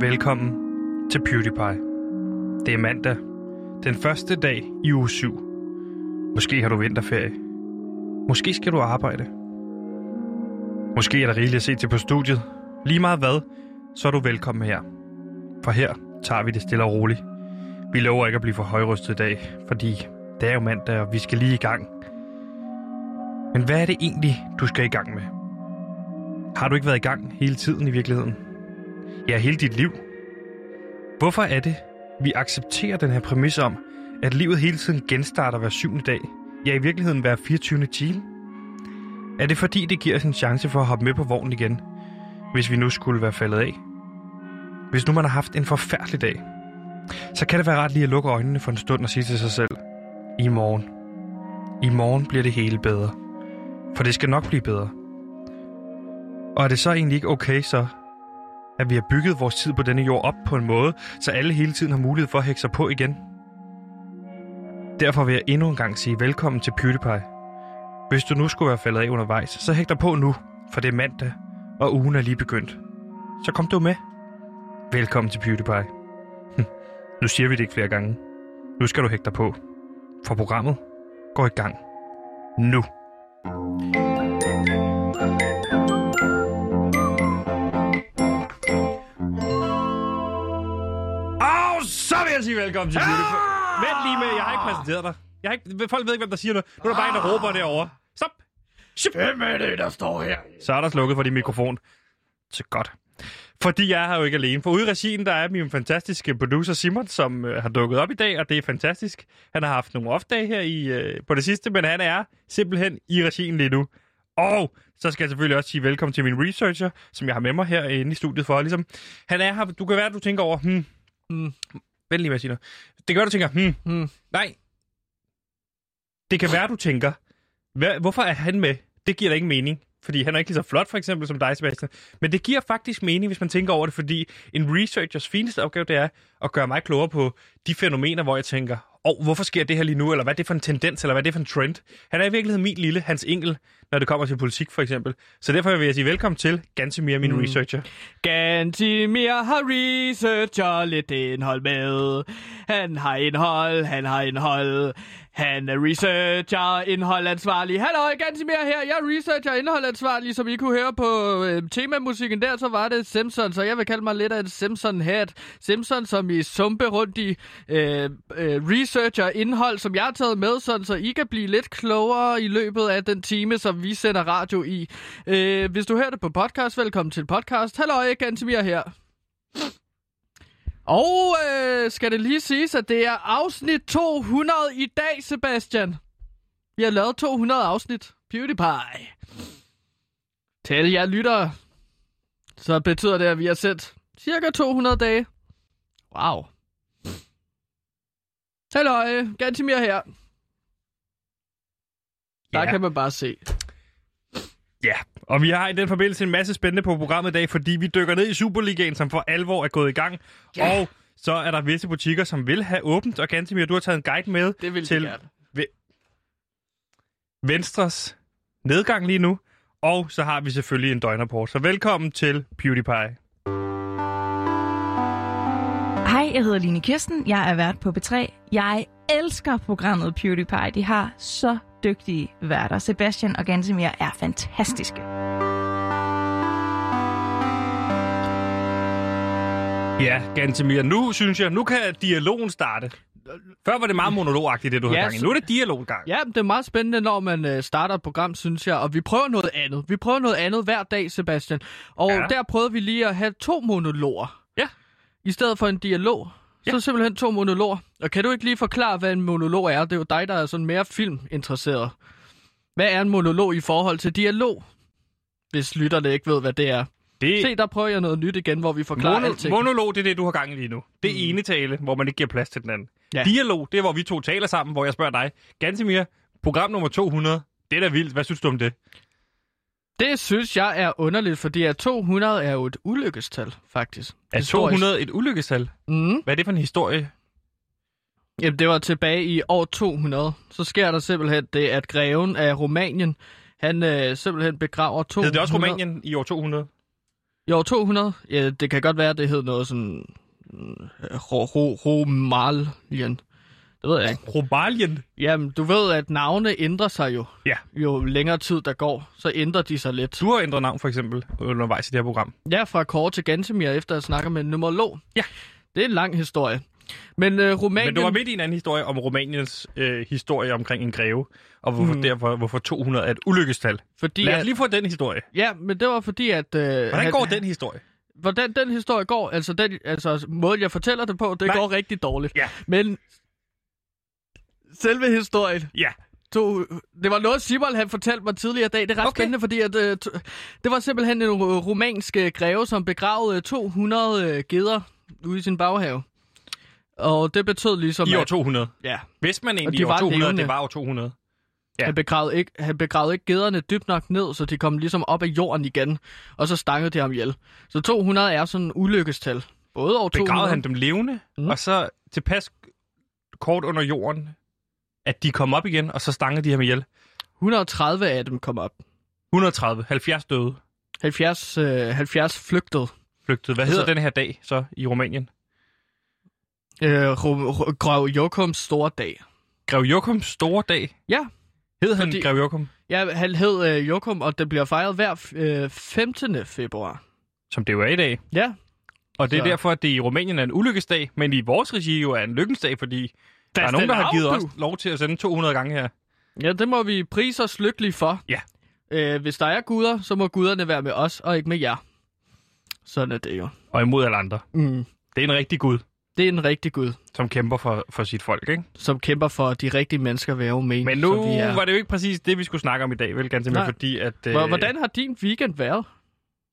Velkommen til PewDiePie. Det er mandag, den første dag i uge 7. Måske har du vinterferie. Måske skal du arbejde. Måske er der rigeligt at se til på studiet. Lige meget hvad, så er du velkommen her. For her tager vi det stille og roligt. Vi lover ikke at blive for højrystet i dag, fordi det er jo mandag, og vi skal lige i gang. Men hvad er det egentlig, du skal i gang med? Har du ikke været i gang hele tiden i virkeligheden? Ja, hele dit liv. Hvorfor er det, vi accepterer den her præmis om, at livet hele tiden genstarter hver syvende dag? Ja, i virkeligheden hver 24. time? Er det fordi, det giver os en chance for at hoppe med på vognen igen, hvis vi nu skulle være faldet af? Hvis nu man har haft en forfærdelig dag, så kan det være rart lige at lukke øjnene for en stund og sige til sig selv, i morgen. I morgen bliver det hele bedre. For det skal nok blive bedre. Og er det så egentlig ikke okay så, at vi har bygget vores tid på denne jord op på en måde, så alle hele tiden har mulighed for at hække sig på igen? Derfor vil jeg endnu en gang sige velkommen til PewDiePie. Hvis du nu skulle være faldet af undervejs, så hæk dig på nu, for det er mandag, og ugen er lige begyndt. Så kom du med. Velkommen til PewDiePie. Hm, nu siger vi det ikke flere gange. Nu skal du hække dig på, for programmet går i gang nu. Og så vil jeg sige velkommen til Beautiful. Vent lige med, jeg har ikke præsenteret dig. Jeg har ikke, folk ved ikke, hvem der siger noget. Nu er der bare en, der råber derovre. Stop! Hvem er det, der står her? Så er der slukket for din mikrofon. Så godt. Fordi jeg er her jo ikke alene. For ude i regien, der er min fantastiske producer Simon, som øh, har dukket op i dag, og det er fantastisk. Han har haft nogle off-dage her i, øh, på det sidste, men han er simpelthen i regien lige nu. Og så skal jeg selvfølgelig også sige velkommen til min researcher, som jeg har med mig her inde i studiet for. Ligesom, han er her, du kan være, at du tænker over, hmm, hmm, vent lige med at sige noget. Det kan være, du tænker, hmm, hmm, nej. Det kan være, du tænker, hvad, hvorfor er han med? Det giver da ikke mening. Fordi han er ikke lige så flot, for eksempel, som dig, Sebastian. Men det giver faktisk mening, hvis man tænker over det, fordi en researchers fineste opgave, det er at gøre mig klogere på de fænomener, hvor jeg tænker, og oh, hvorfor sker det her lige nu, eller hvad er det for en tendens, eller hvad er det for en trend? Han er i virkeligheden min lille, hans engel, når det kommer til politik, for eksempel. Så derfor vil jeg sige velkommen til Gantemir, min mm. researcher. Gantimir har researcher lidt indhold med. Han har indhold, han har indhold. Han er researcher, indholdansvarlig. Hallo, Gantimir her. Jeg er researcher, indholdansvarlig. Som I kunne høre på øh, temamusikken der, så var det Simpson. Så jeg vil kalde mig lidt af en Simpson-hat. Simpson, som i sumpe rundt i øh, øh, researcher, indhold, som jeg har taget med, sådan, så I kan blive lidt klogere i løbet af den time, som vi sender radio i. Øh, hvis du hører det på podcast, velkommen til podcast. Hallo, Gantimir her. Og øh, skal det lige siges, at det er afsnit 200 i dag, Sebastian. Vi har lavet 200 afsnit. PewDiePie. Til jer lyttere, så betyder det, at vi har sendt cirka 200 dage. Wow. Hallo, Gantimir her. Der Ja. kan man bare se. Ja, og vi har i den forbindelse en masse spændende på programmet i dag, fordi vi dykker ned i Superligaen, som for alvor er gået i gang. Ja. Og så er der visse butikker, som vil have åbent, og Gantemir, du har taget en guide med Det vil til Til... gerne. Venstres nedgang lige nu. Og så har vi selvfølgelig en døgnrapport. Så velkommen til PewDiePie. Hej, jeg hedder Line Kirsten. Jeg er vært på B3. Jeg elsker programmet PewDiePie. De har så dygtige værter. Sebastian og Gansimir er fantastiske. Ja, Gantemir, nu synes jeg, nu kan dialogen starte. Før var det meget monologagtigt, det du havde Ja, gang i. så- Nu er det dialoggang. Ja, men det er meget spændende, når man øh, starter et program, synes jeg. Og vi prøver noget andet. Vi prøver noget andet hver dag, Sebastian. Og Ja. ja. der prøvede vi lige at have to monologer. Ja. I stedet for en dialog. Ja. Så simpelthen to monologer. Og kan du ikke lige forklare, hvad en monolog er? Det er jo dig, der er sådan mere filminteresseret. Hvad er en monolog i forhold til dialog? Hvis lytterne ikke ved, hvad det er. det Se, der prøver jeg noget nyt igen, hvor vi forklarer Mono- Mono- alting. monolog, det er det, du har gang i lige nu. Det er mm. ene tale, hvor man ikke giver plads til den anden. Ja. Ja. Dialog, det er, hvor vi to taler sammen, hvor jeg spørger dig, Gansimir, program nummer 200, det er da vildt, hvad synes du om det? det synes jeg er underligt, fordi at 200 er jo et ulykkestal, faktisk. Er Historisk. 200 et ulykkestal? Mm. Hvad er det for en historie? Jamen, det var tilbage i år 200. Så sker der simpelthen det, at greven af Rumænien, han øh, simpelthen begraver 200... Hed det også Rumænien i år 200? I år 200? Ja, det kan godt være, det hed noget sådan... mm, Ro, ro, Romalien. Det ved jeg ikke. Romalien? Jamen, du ved, at navne ændrer sig jo. Ja. Jo længere tid der går, så ændrer de sig lidt. Du har ændret navn, for eksempel, undervejs i det her program. Jeg er fra Kåre til Gantemir, efter at snakke med en numerolog. Ja. Det er en lang historie. Men øh, Rumænien... Men du var midt i en anden historie om Rumæniens øh, historie omkring en greve, og hvorfor, mm. derfor, hvorfor 200 er et ulykkestal. Fordi, Lad at- os lige få den historie. Ja, men det var fordi, at... Øh, Hvordan går den historie? Hvordan den historie går, altså, den, altså måden, jeg fortæller det på, det Nej. Nej. går rigtig dårligt. Ja. Men selve historien, Ja. to, det var noget, Simon han fortalte mig tidligere i dag. Det er ret Okay. okay. spændende, fordi at, øh, to, det var simpelthen en ru- rumænsk øh, greve, som begravede 200 øh, geder ude i sin baghave. Og det betød ligesom, I år at, 200. ja, Hvis man egentlig de i år var 200, levende. det var år 200. Ja. ja. Han, begravede ikke, han begravede ikke gederne dybt nok ned, så de kom ligesom op af jorden igen. Og så stangede de ham ihjel. Så 200 er sådan en ulykkestal. Både over 200... Begravede han dem levende, mm. Mhm. og så tilpas kort under jorden, at de kom op igen, og så stangede de ham ihjel. 130 af dem kom op. 130, 70 døde 70, øh, 70 flygtede. flygtede. Hvad hedder Altså- den her dag så i Rumænien? Øh, Ru- Ru- Grev Jokums store dag. Grev Jokums store dag. Ja. Hed han Fordi- Grev Jokum, Ja, han hed øh, Jokum, og det bliver fejret hver øh, 15. februar. som det jo er i dag. Ja, Og det er Så- derfor, at det i Rumænien er en ulykkesdag, men i vores regi jo er en lykkensdag, fordi der, der er nogen, der den har af, givet du. os lov til at sende 200 gange her. ja det må vi prise os lykkelige for. Ja. Øh, hvis der er guder, så må guderne være med os, og ikke med jer. Sådan er det jo. Og imod alle andre. Mm. Det er en rigtig Gud, Det er en rigtig gud, som kæmper for, for sit folk, ikke? som kæmper for de rigtige mennesker ved Armenien, Men nu som vi er. var det jo ikke præcis det, vi skulle snakke om i dag, vel? Ganske mere, Nej. fordi at... øh, Hvor- Hvordan har din weekend været?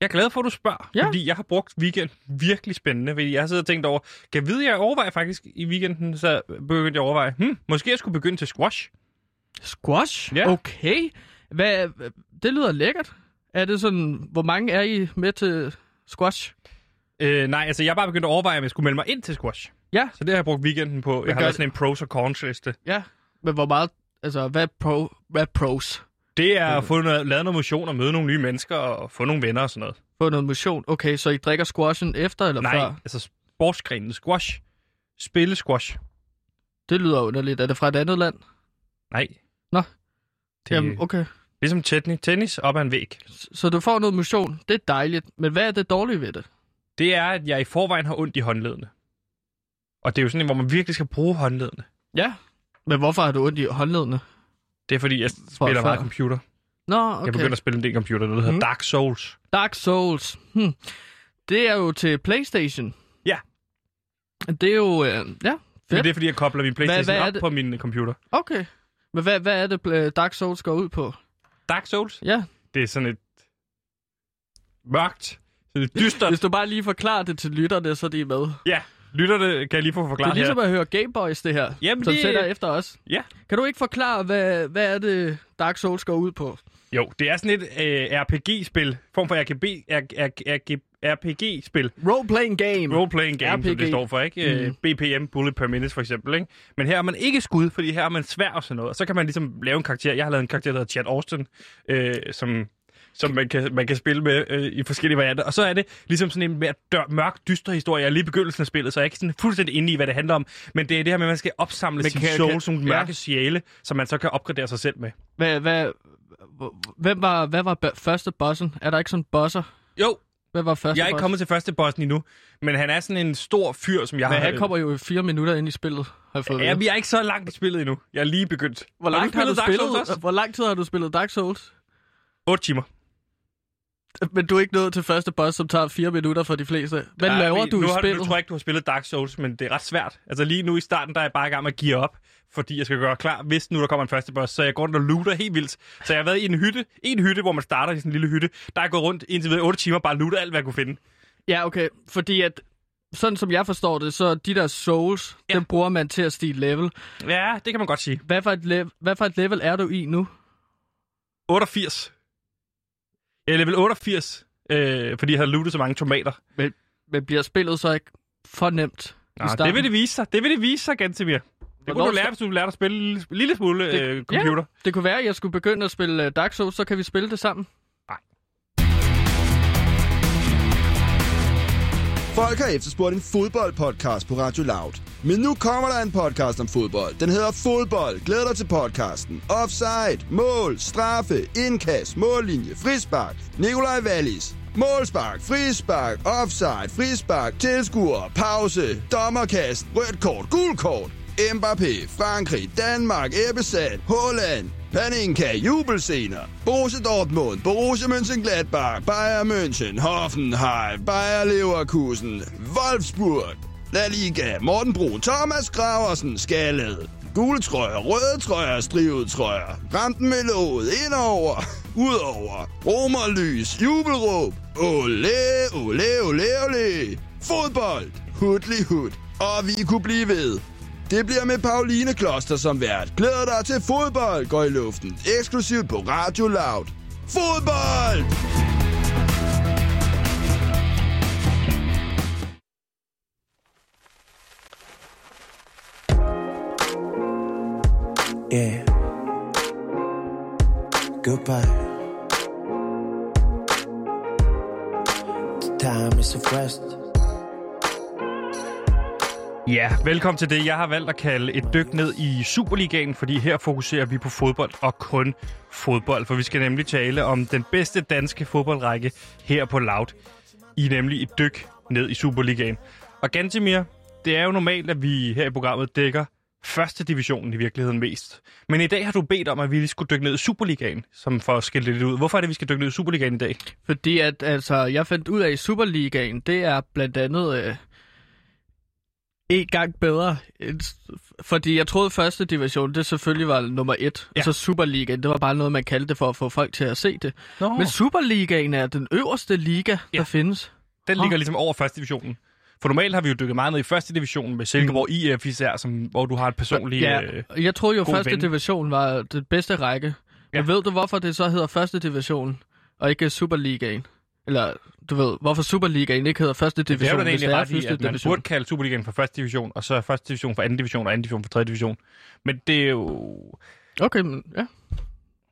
Jeg er glad for, at du spørger, ja. Ja. fordi jeg har brugt weekenden virkelig spændende, fordi jeg har siddet og tænkt over, kan jeg vide, jeg overvejer faktisk i weekenden, så begyndte jeg at overveje, hmm, måske jeg skulle begynde til squash. Squash? Ja. Okay. Hvad, det lyder lækkert. Er det sådan, hvor mange er I med til squash? Øh, nej, altså jeg har bare begyndt at overveje, om jeg skulle melde mig ind til squash. Ja. Så det har jeg brugt weekenden på. jeg har gør lavet sådan en pros og cons liste. Ja. Men hvor meget, altså hvad er pro, hvad er pros? Det er at få Mm. noget, lavet noget motion og møde nogle nye mennesker og få nogle venner og sådan noget. Få noget motion. Okay, så I drikker squashen efter eller Nej, før? altså sportsgrenen squash. Spille squash. Det lyder underligt. Er det fra et andet land? Nej. Nå. Det er Jamen, okay. ligesom tennis, tennis op ad en væg. S- Så du får noget motion. Det er dejligt. Men hvad er det dårlige ved det? det er, at jeg i forvejen har ondt i håndledene. Og det er jo sådan en, hvor man virkelig skal bruge håndledene. Ja. Men hvorfor har du ondt i håndledene? Det er fordi, jeg Fra spiller før. meget computer. Okay. Nå, okay. Jeg begynder at spille en del computer, der hedder mm. Mhm. Dark Souls. Dark Souls. Hm. Det er jo til Playstation. Ja. Det er jo... Øh, ja, Men fedt. det er fordi, jeg kobler min Playstation hvad er op det? på min øh, computer. Okay. Men hvad, hvad er det, øh, Dark Souls går ud på? Dark Souls, Ja, det er sådan et mørkt, sådan et dystert. hvis du bare lige forklarer det til lytterne, så de er med. Det ja, lytter det, kan jeg lige få er forklaret ligesom her. at høre Game Boys, det her, Jamen, som det- sætter efter os. Ja. Kan du ikke forklare, hvad, hvad er det, Dark Souls går ud på? Jo, det er sådan et øh, RPG-spil. Form for RGB, R- R- R- RPG-spil. Role-playing game. Role-playing game, RPG. som det RPG. står for, ikke? Mm. BPM, bullet per minute for eksempel, ikke? Men her har man ikke skud, fordi her har man svær og sådan noget. Og så kan man ligesom lave en karakter. Jeg har lavet en karakter, der hedder Chad Austin, øh, som som man kan, man kan spille med øh, i forskellige varianter. Og så er det ligesom sådan en mere dør, mørk, dyster historie. Jeg er lige i begyndelsen af spillet, så jeg er ikke sådan fuldstændig inde i, hvad det handler om. Men det er det her med, at man skal opsamle Men sin kan- soul, kan- som ja. mørke sjæle, som man så kan opgradere sig selv med. Hvad, hvad, hvor- hvem var, hvad var b- første bossen? Er der ikke sådan bosser? Jo, Hvad var første jeg er ikke boss? kommet til første bossen endnu, men han er sådan en stor fyr, som jeg Men har... han kommer jo fire minutter ind i spillet, har jeg fået at Ja, vide. vi er ikke så langt i spillet endnu. Jeg er lige begyndt. Hvor langt har du Dark Souls også? spillet? Hvor lang tid har du spillet Dark Souls? 8 timer. Men du er ikke nået til første boss, som tager fire minutter for de fleste. Hvad Ja, laver vi- du nu i har, spillet? Nu tror jeg ikke, du har spillet Dark Souls, men det er ret svært. Altså lige nu i starten, der er jeg bare i gang med at give op, fordi jeg skal gøre klar, hvis nu der kommer en første boss. Så jeg går rundt og looter helt vildt. Så jeg har været i en hytte, en hytte, hvor man starter i sådan en lille hytte. Der er jeg gået rundt indtil videre 8 timer og bare looter alt, hvad jeg kunne finde. Ja, okay. Fordi at, sådan som jeg forstår det, så de der souls, ja. dem bruger man til at stige level. Ja, det kan man godt sige. Hvad for, et level. hvad for et level er du i nu? 88. Jeg er level 88, øh, fordi jeg havde lootet så mange tomater. Men bliver spillet så ikke for nemt? Nå, det vil det vise sig. Det vil det vise sig, Gantemir. Det kunne Hvornår du lære, hvis du lærte at spille en lille, lille smule Det- øh, computer. Det kunne være, at jeg skulle begynde at spille øh, Dark Souls, så kan vi spille det sammen. Folk har efterspurgt en fodboldpodcast på Radio Loud. Men nu kommer der en podcast om fodbold. Den hedder Fodbold. Glæd dig til podcasten. Offside, mål, straffe, indkast, mållinje, frispark. Nikolaj Wallis. Målspark, frispark, offside, frispark, tilskuer, pause, dommerkast, rødt kort, gul kort. Mbappé, Frankrig, Danmark, Ebbesat, Holland, Paninka, jubelscener. Borussia Dortmund, Borussia Mönchengladbach, Bayern München, Hoffenheim, Bayer Leverkusen, Wolfsburg, La Liga, Morten Brun, Thomas Graversen, Skallet. Gule trøjer, røde trøjer, strivet trøjer. Ramten med låget, indover, udover. Romerlys, jubelråb. Ole, ole, ole, ole. Fodbold, hudli hud. Og vi kunne blive ved. Det bliver med Pauline Kloster som vært. Glæder dig til fodbold, går i luften. Eksklusivt på Radio Loud. Fodbold! Yeah. Goodbye. The time is of rest. Ja, velkommen til det, jeg har valgt at kalde et dyk ned i Superligaen, fordi her fokuserer vi på fodbold og kun fodbold, for vi skal nemlig tale om den bedste danske fodboldrække her på Loud. I er nemlig et dyk ned i Superligaen. Og Gantemir, det er jo normalt, at vi her i programmet dækker første divisionen i virkeligheden mest. Men i dag har du bedt om, at vi lige skulle dykke ned i Superligaen, som for at skille det lidt ud. Hvorfor er det, vi skal dykke ned i Superligaen i dag? Fordi at, altså, jeg fandt ud af i Superligaen, det er blandt andet øh, en gang bedre. end s- Fordi jeg troede, første division, det selvfølgelig var nummer et. Ja. Ja. Og så Superligaen, det var bare noget, man kaldte det for at få folk til at se det. Nå. Men Superligaen er den øverste liga, ja. Ja. der findes. Den ligger ligesom over første divisionen. For normalt har vi jo dykket meget ned i første division med Silkeborg IF især, som, hvor du har et personligt... Mm. Ja, Øh, og jeg troede jo, god første ven. division var den bedste række. Ja. Men Ja. ved du, hvorfor det så hedder første division, og ikke Superligaen? Eller, du ved, hvorfor Superligaen ikke hedder første det er division, jo da hvis egentlig det er ret i, første at man division? burde kalde Superligaen for første division, og så første division for anden division, og anden division for tredje division. Men det er jo... Okay, men ja.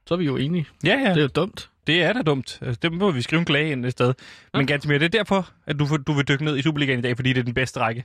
Så er vi jo enige. Ja, ja, Ja. Det er det, jo dumt. det er da dumt. Altså, Det må vi skrive en klage ind et sted. Men ganske mere, det er derfor, at du, du vil dykke ned i Superligaen i dag, fordi det er den bedste række.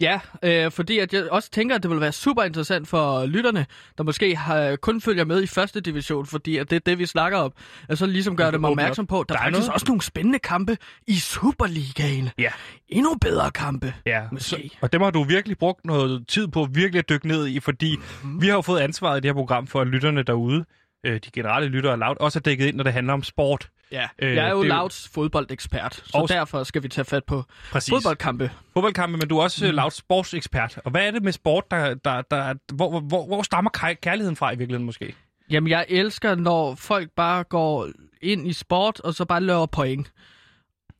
Ja, øh, fordi at jeg også tænker, at det vil være super interessant for lytterne, der måske har, kun følger med i første division, fordi at det er det, vi snakker om. Og så ligesom gør kan det mig åbne opmærksom på, at der, Der der er er faktisk noget. også nogle spændende kampe i Superligaen. Ja. Endnu bedre kampe. Ja, Måske. Så, og dem har du virkelig brugt noget tid på virkelig at dykke ned i, fordi Mhm. mm-hmm. vi har jo fået ansvaret i det her program for, at lytterne derude, øh, de generelle lyttere af Loud, også er dækket ind, når det handler om sport. Ja, Øh, jeg er jo det er jo- Louds fodboldekspert, så Og- derfor skal vi tage fat på Præcis. fodboldkampe. Fodboldkampe, men du er Mhm. også mm. Loud sportsekspert. Og hvad er det med sport, der, der, der, hvor, hvor- hvor, hvor stammer kaj- kærligheden fra i virkeligheden måske? Jamen, jeg elsker, når folk bare går ind i sport, og så bare laver point.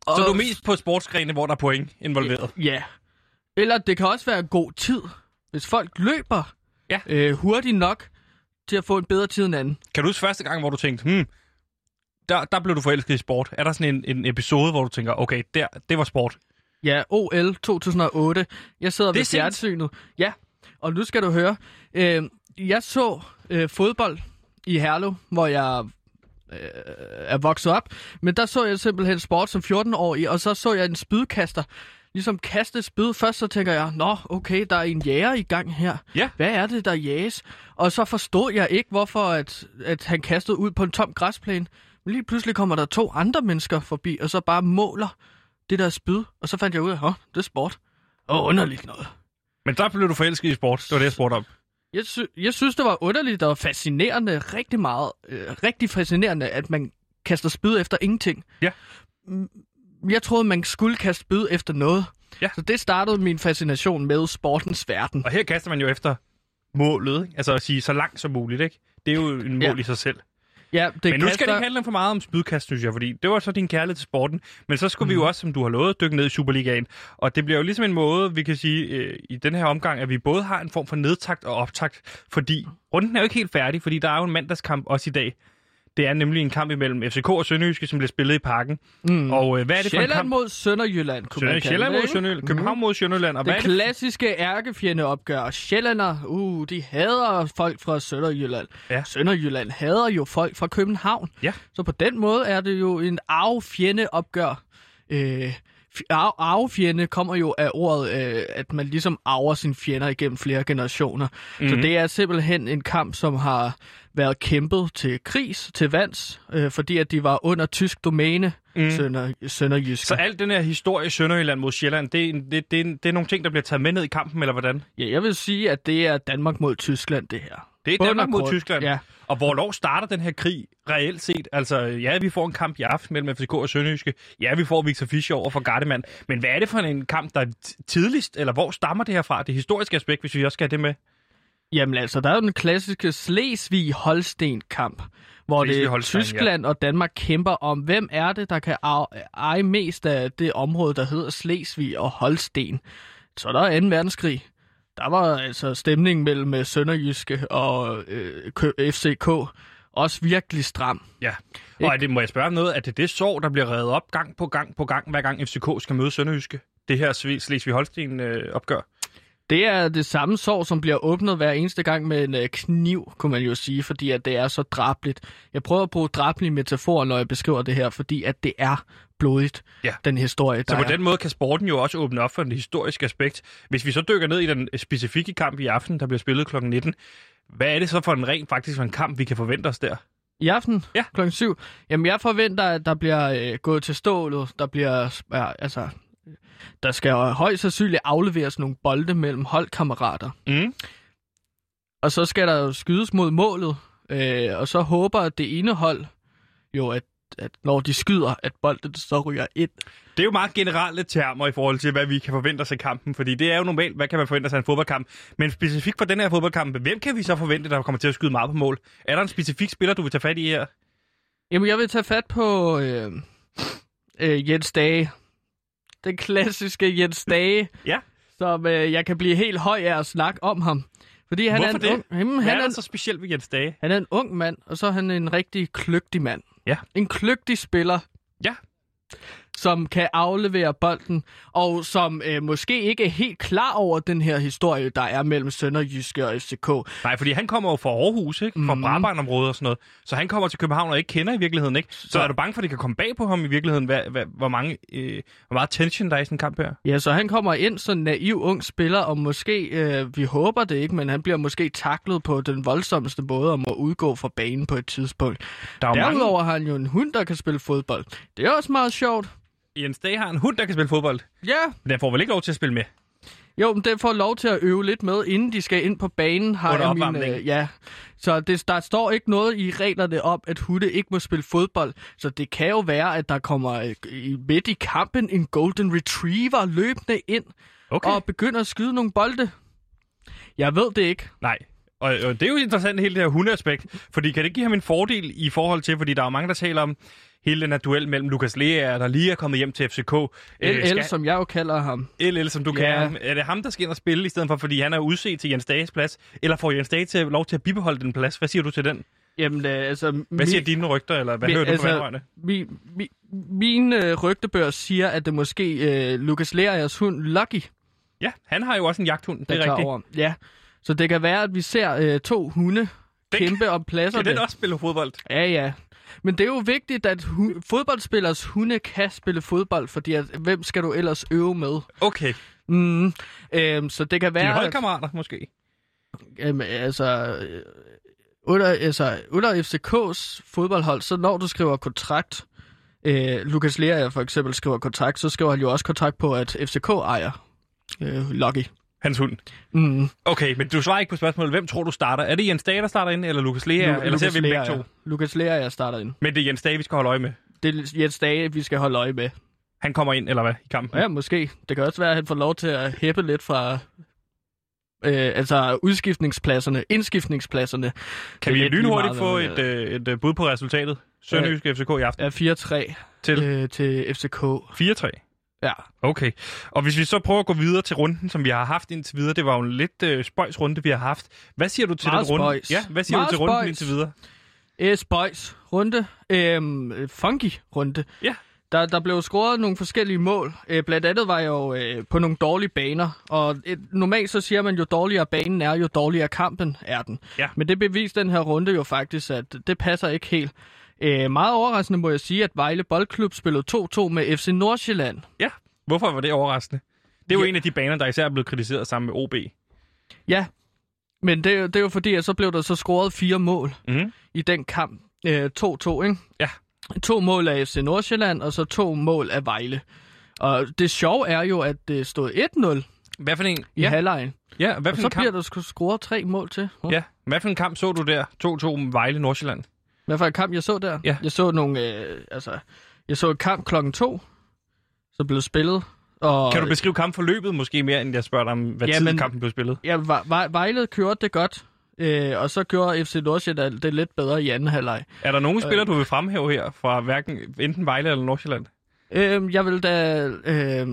Og, Så du er mest på sportsgrene, hvor der er point involveret. Øh, Ja. Eller det kan også være god tid, hvis folk løber Ja. øh, hurtigt nok til at få en bedre tid end anden. Kan du huske første gang, hvor du tænkte, hmm, der, der blev du forelsket i sport. Er der sådan en, en episode, hvor du tænker, okay, der, det var sport. Ja, OL 2008. Jeg sidder Det er ved sent. fjernsynet. Ja, og nu skal du høre. Øh, jeg så øh, fodbold i Herlev, hvor jeg øh, er vokset op. Men der så jeg simpelthen sport som 14-årig, og så så jeg en spydkaster. Ligesom kaste spyd. Først så tænker jeg, nå, okay, der er en jæger i gang her. Ja. Hvad er det, der jages? Og så forstod jeg ikke, hvorfor at, at han kastede ud på en tom græsplæne. Men lige pludselig kommer der to andre mennesker forbi, og så bare måler det der spyd. Og så fandt jeg ud af, at det er sport. Åh, underligt noget. Men der blev du forelsket i sport. Det var det, jeg spurgte om. Jeg, sy- jeg synes, det var underligt og fascinerende, rigtig meget, øh, rigtig fascinerende, at man kaster spyd efter ingenting. Ja. Mm, Jeg troede, man skulle kaste spyd efter noget. Ja. Så det startede min fascination med sportens verden. Og her kaster man jo efter målet, ikke? altså at sige så langt som muligt, ikke? Det er jo en mål Ja. ja. i sig selv. Ja, det Men nu skal det ikke handle for meget om spydkast, synes jeg, fordi det var så din kærlighed til sporten. Men så skulle mm. vi jo også, som du har lovet, dykke ned i Superligaen. Og det bliver jo ligesom en måde, vi kan sige øh, i den her omgang, at vi både har en form for nedtakt og optakt, fordi runden er jo ikke helt færdig, fordi der er jo en mandagskamp også i dag. Det er nemlig en kamp imellem FCK og Sønderjyske, som bliver spillet i parken. Mm. Og øh, hvad er det for en Sjælland kamp? mod Sønderjylland, kunne man Sønder- kalde Sjælland det, mod ikke? Mm. Sønderjylland, København mod Sønderjylland. Og hvad er Det det? klassiske ærkefjendeopgør. Sjællander, uh, de hader folk fra Sønderjylland. Ja. Sønderjylland hader jo folk fra København. Ja. Så på den måde er det jo en arvefjendeopgør. Øh, F- Arv, arvefjende kommer jo af ordet, øh, at man ligesom arver sine fjender igennem flere generationer. Mm-hmm. Mhm. Så det er simpelthen en kamp, som har været kæmpet til krigs, til vands, øh, fordi at de var under tysk domæne, mm. sønder, sønderjyske. Mhm. Så alt den her historie i Sønderjylland mod Sjælland, det, er en- det, det, er en- det er nogle ting, der bliver taget med ned i kampen, eller hvordan? Ja, jeg vil sige, at det er Danmark mod Tyskland, det her. Det er Bund og Danmark mod grund. Tyskland. Ja. Og hvornår starter den her krig reelt set? Altså, ja, vi får en kamp i aften mellem FCK og Sønderjyske. Ja, vi får Victor Fischer over for Gardemann. Men hvad er det for en kamp, der er t- tidligst, eller hvor stammer det her fra? Det historiske aspekt, hvis vi også skal have det med. Jamen altså, der er jo den klassiske Slesvig-Holsten-kamp, hvor det er Slesvig-Holsten, ja. Tyskland og Danmark kæmper om, hvem er det, der kan ar- eje mest af det område, der hedder Slesvig og Holsten. Så der er 2. verdenskrig. Der var altså stemningen mellem øh, Sønderjyske og øh, Kø- FCK også virkelig stram. Ja. Og er det, må jeg spørge om noget? Er det det sorg, der bliver reddet op gang på gang på gang, hver gang FCK skal møde Sønderjyske? Det her øh, Slesvig-Holsten-opgør? Det er det samme sår, som bliver åbnet hver eneste gang med en øh, kniv, kunne man jo sige, fordi at det er så drabligt. Jeg prøver at bruge drablige metaforer, når jeg beskriver det her, fordi at det er blodigt, Ja. den historie, der Så på er. den måde kan sporten jo også åbne op for en historisk aspekt. Hvis vi så dykker ned i den specifikke kamp i aften, der bliver spillet kl. 19, hvad er det så for en rent faktisk for en kamp, vi kan forvente os der? I aften Ja. klokken 7. Jamen, jeg forventer, at der bliver øh, gået til stålet. Der bliver, ja, altså, der skal jo højst sandsynligt afleveres nogle bolde mellem holdkammerater. Mm. Og så skal der jo skydes mod målet. Øh, og så håber det ene hold jo, at, at når de skyder, at bolden så ryger ind. Det er jo meget generelle termer i forhold til, hvad vi kan forvente os af kampen, fordi det er jo normalt, hvad kan man forvente sig af en fodboldkamp. Men specifikt for den her fodboldkamp, hvem kan vi så forvente, der kommer til at skyde meget på mål? Er der en specifik spiller, du vil tage fat i her? Jamen, jeg vil tage fat på øh, øh, Jens Dage. Den klassiske Jens Dage, Ja, som øh, jeg kan blive helt høj af at snakke om ham. Fordi han Hvorfor er en det? ung, jamen, hvad han, er er der en, så specielt ved Jens Dage? han er en ung mand, og så er han en rigtig kløgtig mand. Ja. En kløgtig spiller, Ja, som kan aflevere bolden, og som øh, måske ikke er helt klar over den her historie, der er mellem Sønderjyske og FCK. Nej, fordi han kommer jo fra Aarhus, ikke? Fra mm. Brabrand-området og sådan noget. Så han kommer til København og ikke kender i virkeligheden, ikke? Så, så er du bange for, at det kan komme bag på ham i virkeligheden, hvad, hvad, hvor, mange, øh, hvor meget tension der er i sådan en kamp her? Ja, så han kommer ind som en naiv ung spiller, og måske, øh, vi håber det ikke, men han bliver måske taklet på den voldsomste måde og må udgå fra banen på et tidspunkt. Der er jo mange... Derudover har han jo en hund, der kan spille fodbold. Det er også meget sjovt. Jens Dag har en hund, der kan spille fodbold. Ja, Men den får vel ikke lov til at spille med? jo, men det får lov til at øve lidt med, inden de skal ind på banen. Har Under jeg min, opvarmningen. øh, ja, så det, der står ikke noget i reglerne om, at hunde ikke må spille fodbold. Så det kan jo være, at der kommer øh, i- midt i kampen en golden retriever løbende ind okay. og begynder at skyde nogle bolde. Jeg ved det ikke. Nej. Og, og det er jo interessant, hele det her hundeaspekt. Fordi kan det give ham en fordel i forhold til, fordi der er jo mange, der taler om hele den her duel mellem Lukas Lea, der lige er kommet hjem til FCK. øh, LL, skal- som jeg jo kalder ham. LL, som du Ja. kan. Er det ham, der skal ind og spille i stedet for, fordi han er udset til Jens Dages plads? Eller får Jens Dage til, lov til at bibeholde den plads? Hvad siger du til den? Jamen, øh, altså... Hvad siger dine rygter, eller hvad hører du på vandrørene? min, min, min øh, rygtebøger siger, at det måske øh, Lukas Lerias hund Lucky, Ja, han har jo også en jagthund, det der er tager rigtigt. over. Ja. Så det kan være, at vi ser øh, to hunde kæmpe om Kan pladserne. den også spille fodbold? Ja, ja. Men det er jo vigtigt, at hu- fodboldspillers hunde kan spille fodbold, fordi at, hvem skal du ellers øve med? Okay, Mm. Øhm, så det kan dine være, at, holdkammerater måske. øhm, altså, øh, under, altså, under FCK's fodboldhold, så når du skriver kontrakt, øh, Lukas Lea for eksempel skriver kontrakt, så skriver han jo også kontrakt på, at FCK ejer øh, Lucky. Hans hund. Mm. Okay, men du svarer ikke på spørgsmålet, hvem tror du starter? Er det Jens Dage, der starter ind, eller Lukas Lea? Lu- eller ser vi dem begge Lea, to? ja. Lukas Lea, jeg starter ind. Men det er Jens Dage, vi skal holde øje med. Det er Jens Dage, vi skal holde øje med. Han kommer ind, eller hvad, i kampen? Ja, måske. Det kan også være, at han får lov til at hæppe lidt fra øh, altså udskiftningspladserne, indskiftningspladserne. kan vi Det er lidt lige lynhurtigt meget, få hvad man- et, øh, et øh, bud på resultatet? Sønderjyske FCK i aften. Ja, 4-3 Til øh, til FCK. 4-3. Ja. Okay. Og hvis vi så prøver at gå videre til runden, som vi har haft indtil videre, det var jo en lidt øh, spøjs runde, vi har haft. Hvad siger du til Meget den runde? spøjs. Ja, hvad siger Meget du til runden spøjs. indtil videre? Es Boys Øh, runde. Øhm, øh, funky runde. Ja. Der, der blev scoret nogle forskellige mål. Øh, blandt andet var jeg jo øh, på nogle dårlige baner. Og et, normalt så siger man, jo dårligere banen er, jo dårligere kampen er den. Ja. Men det beviste den her runde jo faktisk, at det passer ikke helt. Øh, meget overraskende må jeg sige, at Vejle Boldklub spillede 2-2 med FC Nordsjælland. Ja. Hvorfor var det overraskende? Det er jo Ja. en af de baner, der især er blevet kritiseret sammen med OB. Ja, men det, er jo- det er jo fordi, at så blev der så scoret fire mål Mhm. i den kamp. Øh, 2-2, ikke? Ja. To mål af FC Nordsjælland, og så to mål af Vejle. Og det sjove er jo, at det stod 1-0 Hvad for en, i ja. halvlejen. ja, hvad Og for så en bliver kamp? der sgu scoret tre mål til. Huh? Ja, hvad for en kamp så du der? 2-2 Vejle, Nordsjælland. Hvad for en kamp, jeg så der? Ja. Jeg så nogle, øh, altså, jeg så et kamp klokken to, så blev spillet. Og Kan du beskrive kampforløbet måske mere, end jeg spørger dig om, hvad Ja, ja, tid men- kampen blev spillet? Ja, Vej- Vej- Vejle kørte det godt, øh, og så gjorde FC Nordsjælland det lidt bedre i anden halvleg. Er der Øh. nogen spiller, du vil fremhæve her fra hverken enten Vejle eller Nordsjælland? Øh, jeg vil da, øh,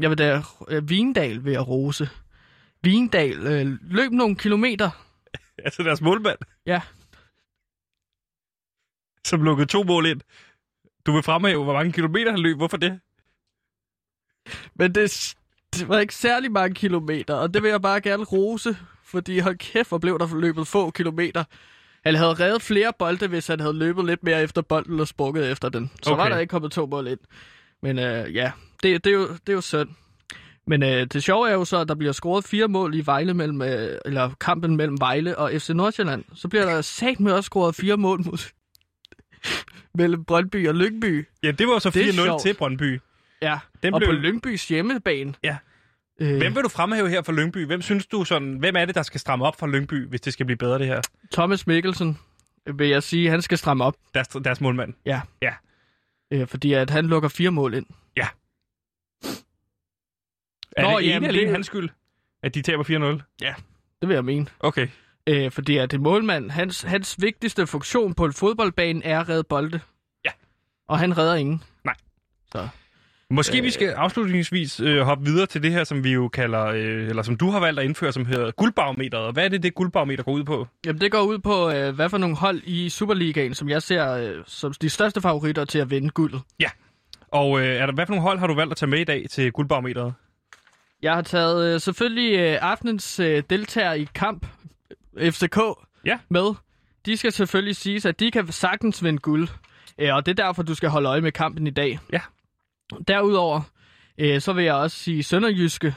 jeg vil da øh, Vindal ved at rose. Vindal, øh, løb nogle kilometer. Altså deres målmand, Ja, som lukkede to mål ind. Du vil fremhæve, hvor mange kilometer han løb. Hvorfor det? men det, s- det var ikke særlig mange kilometer, og det vil jeg bare gerne rose, fordi hold kæft, hvor blev der løbet få kilometer. Han havde reddet flere bolde, hvis han havde løbet lidt mere efter bolden og sprukket efter den. Så okay. var Okay. der ikke kommet to mål ind. Men øh, ja, det, det, er jo, det er jo synd. Men øh, det sjove er jo så, at der bliver scoret fire mål i Vejle mellem, øh, eller kampen mellem Vejle og FC Nordsjælland. Så bliver der sat med også scoret fire mål mod, mellem Brøndby og Lyngby. Ja, det var så Det er 4-0 sjovt. til Brøndby. Ja, Den og blev- på Lyngbys hjemmebane. Ja. Øh, Hvem vil du fremhæve her for Lyngby? Hvem synes du sådan, hvem er det, der skal stramme op for Lyngby, hvis det skal blive bedre det her? Thomas Mikkelsen, øh, vil jeg sige, han skal stramme op. Deres, deres målmand. Ja. Ja. Øh, fordi at han lukker fire mål ind. Er Nå, Nå, det ene jamen, alene det- hans skyld, at de taber 4-0? Det vil jeg mene. Okay. Øh, fordi at en målmand, hans, hans vigtigste funktion på en fodboldbane er at redde bolde. Ja. Og han redder ingen. Måske øh... vi skal afslutningsvis øh, hoppe videre til det her, som vi jo kalder, øh, eller som du har valgt at indføre, som hedder guldbarometeret. Og Hvad er det, det guldbarometer går ud på? Jamen det går ud på, øh, hvad for nogle hold i Superligaen, som jeg ser øh, som de største favoritter til at vinde guldet. Og øh, er der, hvad for nogle hold har du valgt at tage med i dag til guldbarometeret? Jeg har taget øh, selvfølgelig øh, aftenens øh, deltager i kamp, FCK, Ja. med. De skal selvfølgelig siges, at de kan sagtens vinde guld. Øh, og det er derfor, du skal holde øje med kampen i dag. Ja. Derudover, øh, så vil jeg også sige Sønderjyske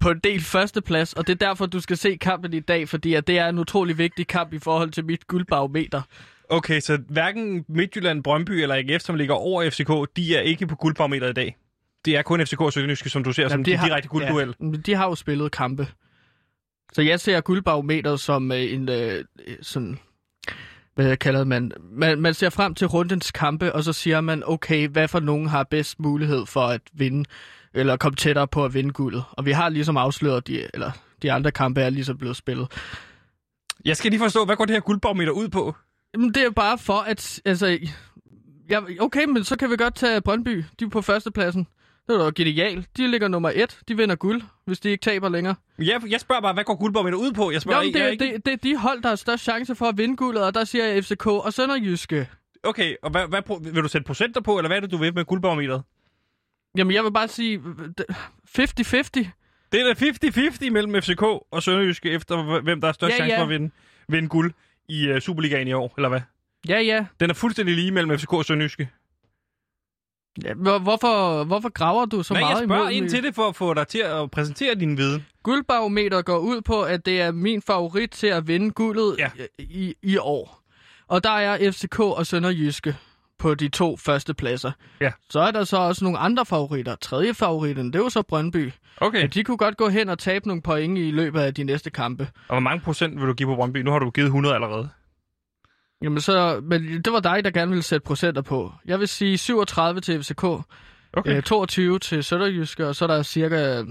på en del førsteplads, og det er derfor, du skal se kampen i dag, fordi at det er en utrolig vigtig kamp i forhold til mit guldbarometer. Okay, så hverken Midtjylland, Brøndby eller AGF, som ligger over FCK, de er ikke på guldbarometeret i dag. Det er kun FCK og Sønderjyske, som du ser Jamen, som de direkte guldduel. Ja, men de har jo spillet kampe. Så jeg ser guldbarometeret som øh, en øh, øh, sådan... Hvad kalder man? man? Man ser frem til rundens kampe, og så siger man, okay, hvad for nogen har bedst mulighed for at vinde, eller komme tættere på at vinde guldet. Og vi har ligesom afsløret, de, eller de andre kampe er ligesom blevet spillet. Jeg skal lige forstå, hvad går det her guldbarometer ud på? Jamen, det er bare for, at... Altså, ja, okay, men så kan vi godt tage Brøndby. De er på førstepladsen. Det var da genialt. De ligger nummer et. De vinder guld, hvis de ikke taber længere. Jeg, jeg spørger bare, hvad går guldbarometer ud på? Jeg spørger Nå, men det, jeg er, er ikke... det, det er de hold, der har størst chance for at vinde guldet, og der siger jeg FCK og Sønderjyske. Okay, og hvad, hvad, pro- vil du sætte procenter på, eller hvad er det, du vil med guldbarometeret? Jamen, jeg vil bare sige øh, d- 50-50. Det er da 50-50 mellem FCK og Sønderjyske, efter hv- hvem der er størst Ja, ja, chance ja. for at vinde, vinde guld i uh, Superligaen i år, eller hvad? Ja, ja. Den er fuldstændig lige mellem FCK og Sønderjyske. ja hvor- hvorfor, hvorfor graver du så Nej, meget jeg spørger imod ind mig? til det, for at få dig til at præsentere din viden. Guldbarometer går ud på, at det er min favorit til at vinde guldet Ja. ja. i, i år. Og der er FCK og Sønderjyske på de to første pladser. Ja. Så er der så også nogle andre favoritter. Tredje favoritten, det er jo så Brøndby. Okay. Ja. De kunne godt gå hen og tabe nogle point i løbet af de næste kampe. Og hvor mange procent vil du give på Brøndby? Nu har du givet 100 allerede. Jamen så, men det var dig, der gerne ville sætte procenter på. Jeg vil sige 37 til FCK, Okay. øh, 22 til Sønderjyske, og så er der cirka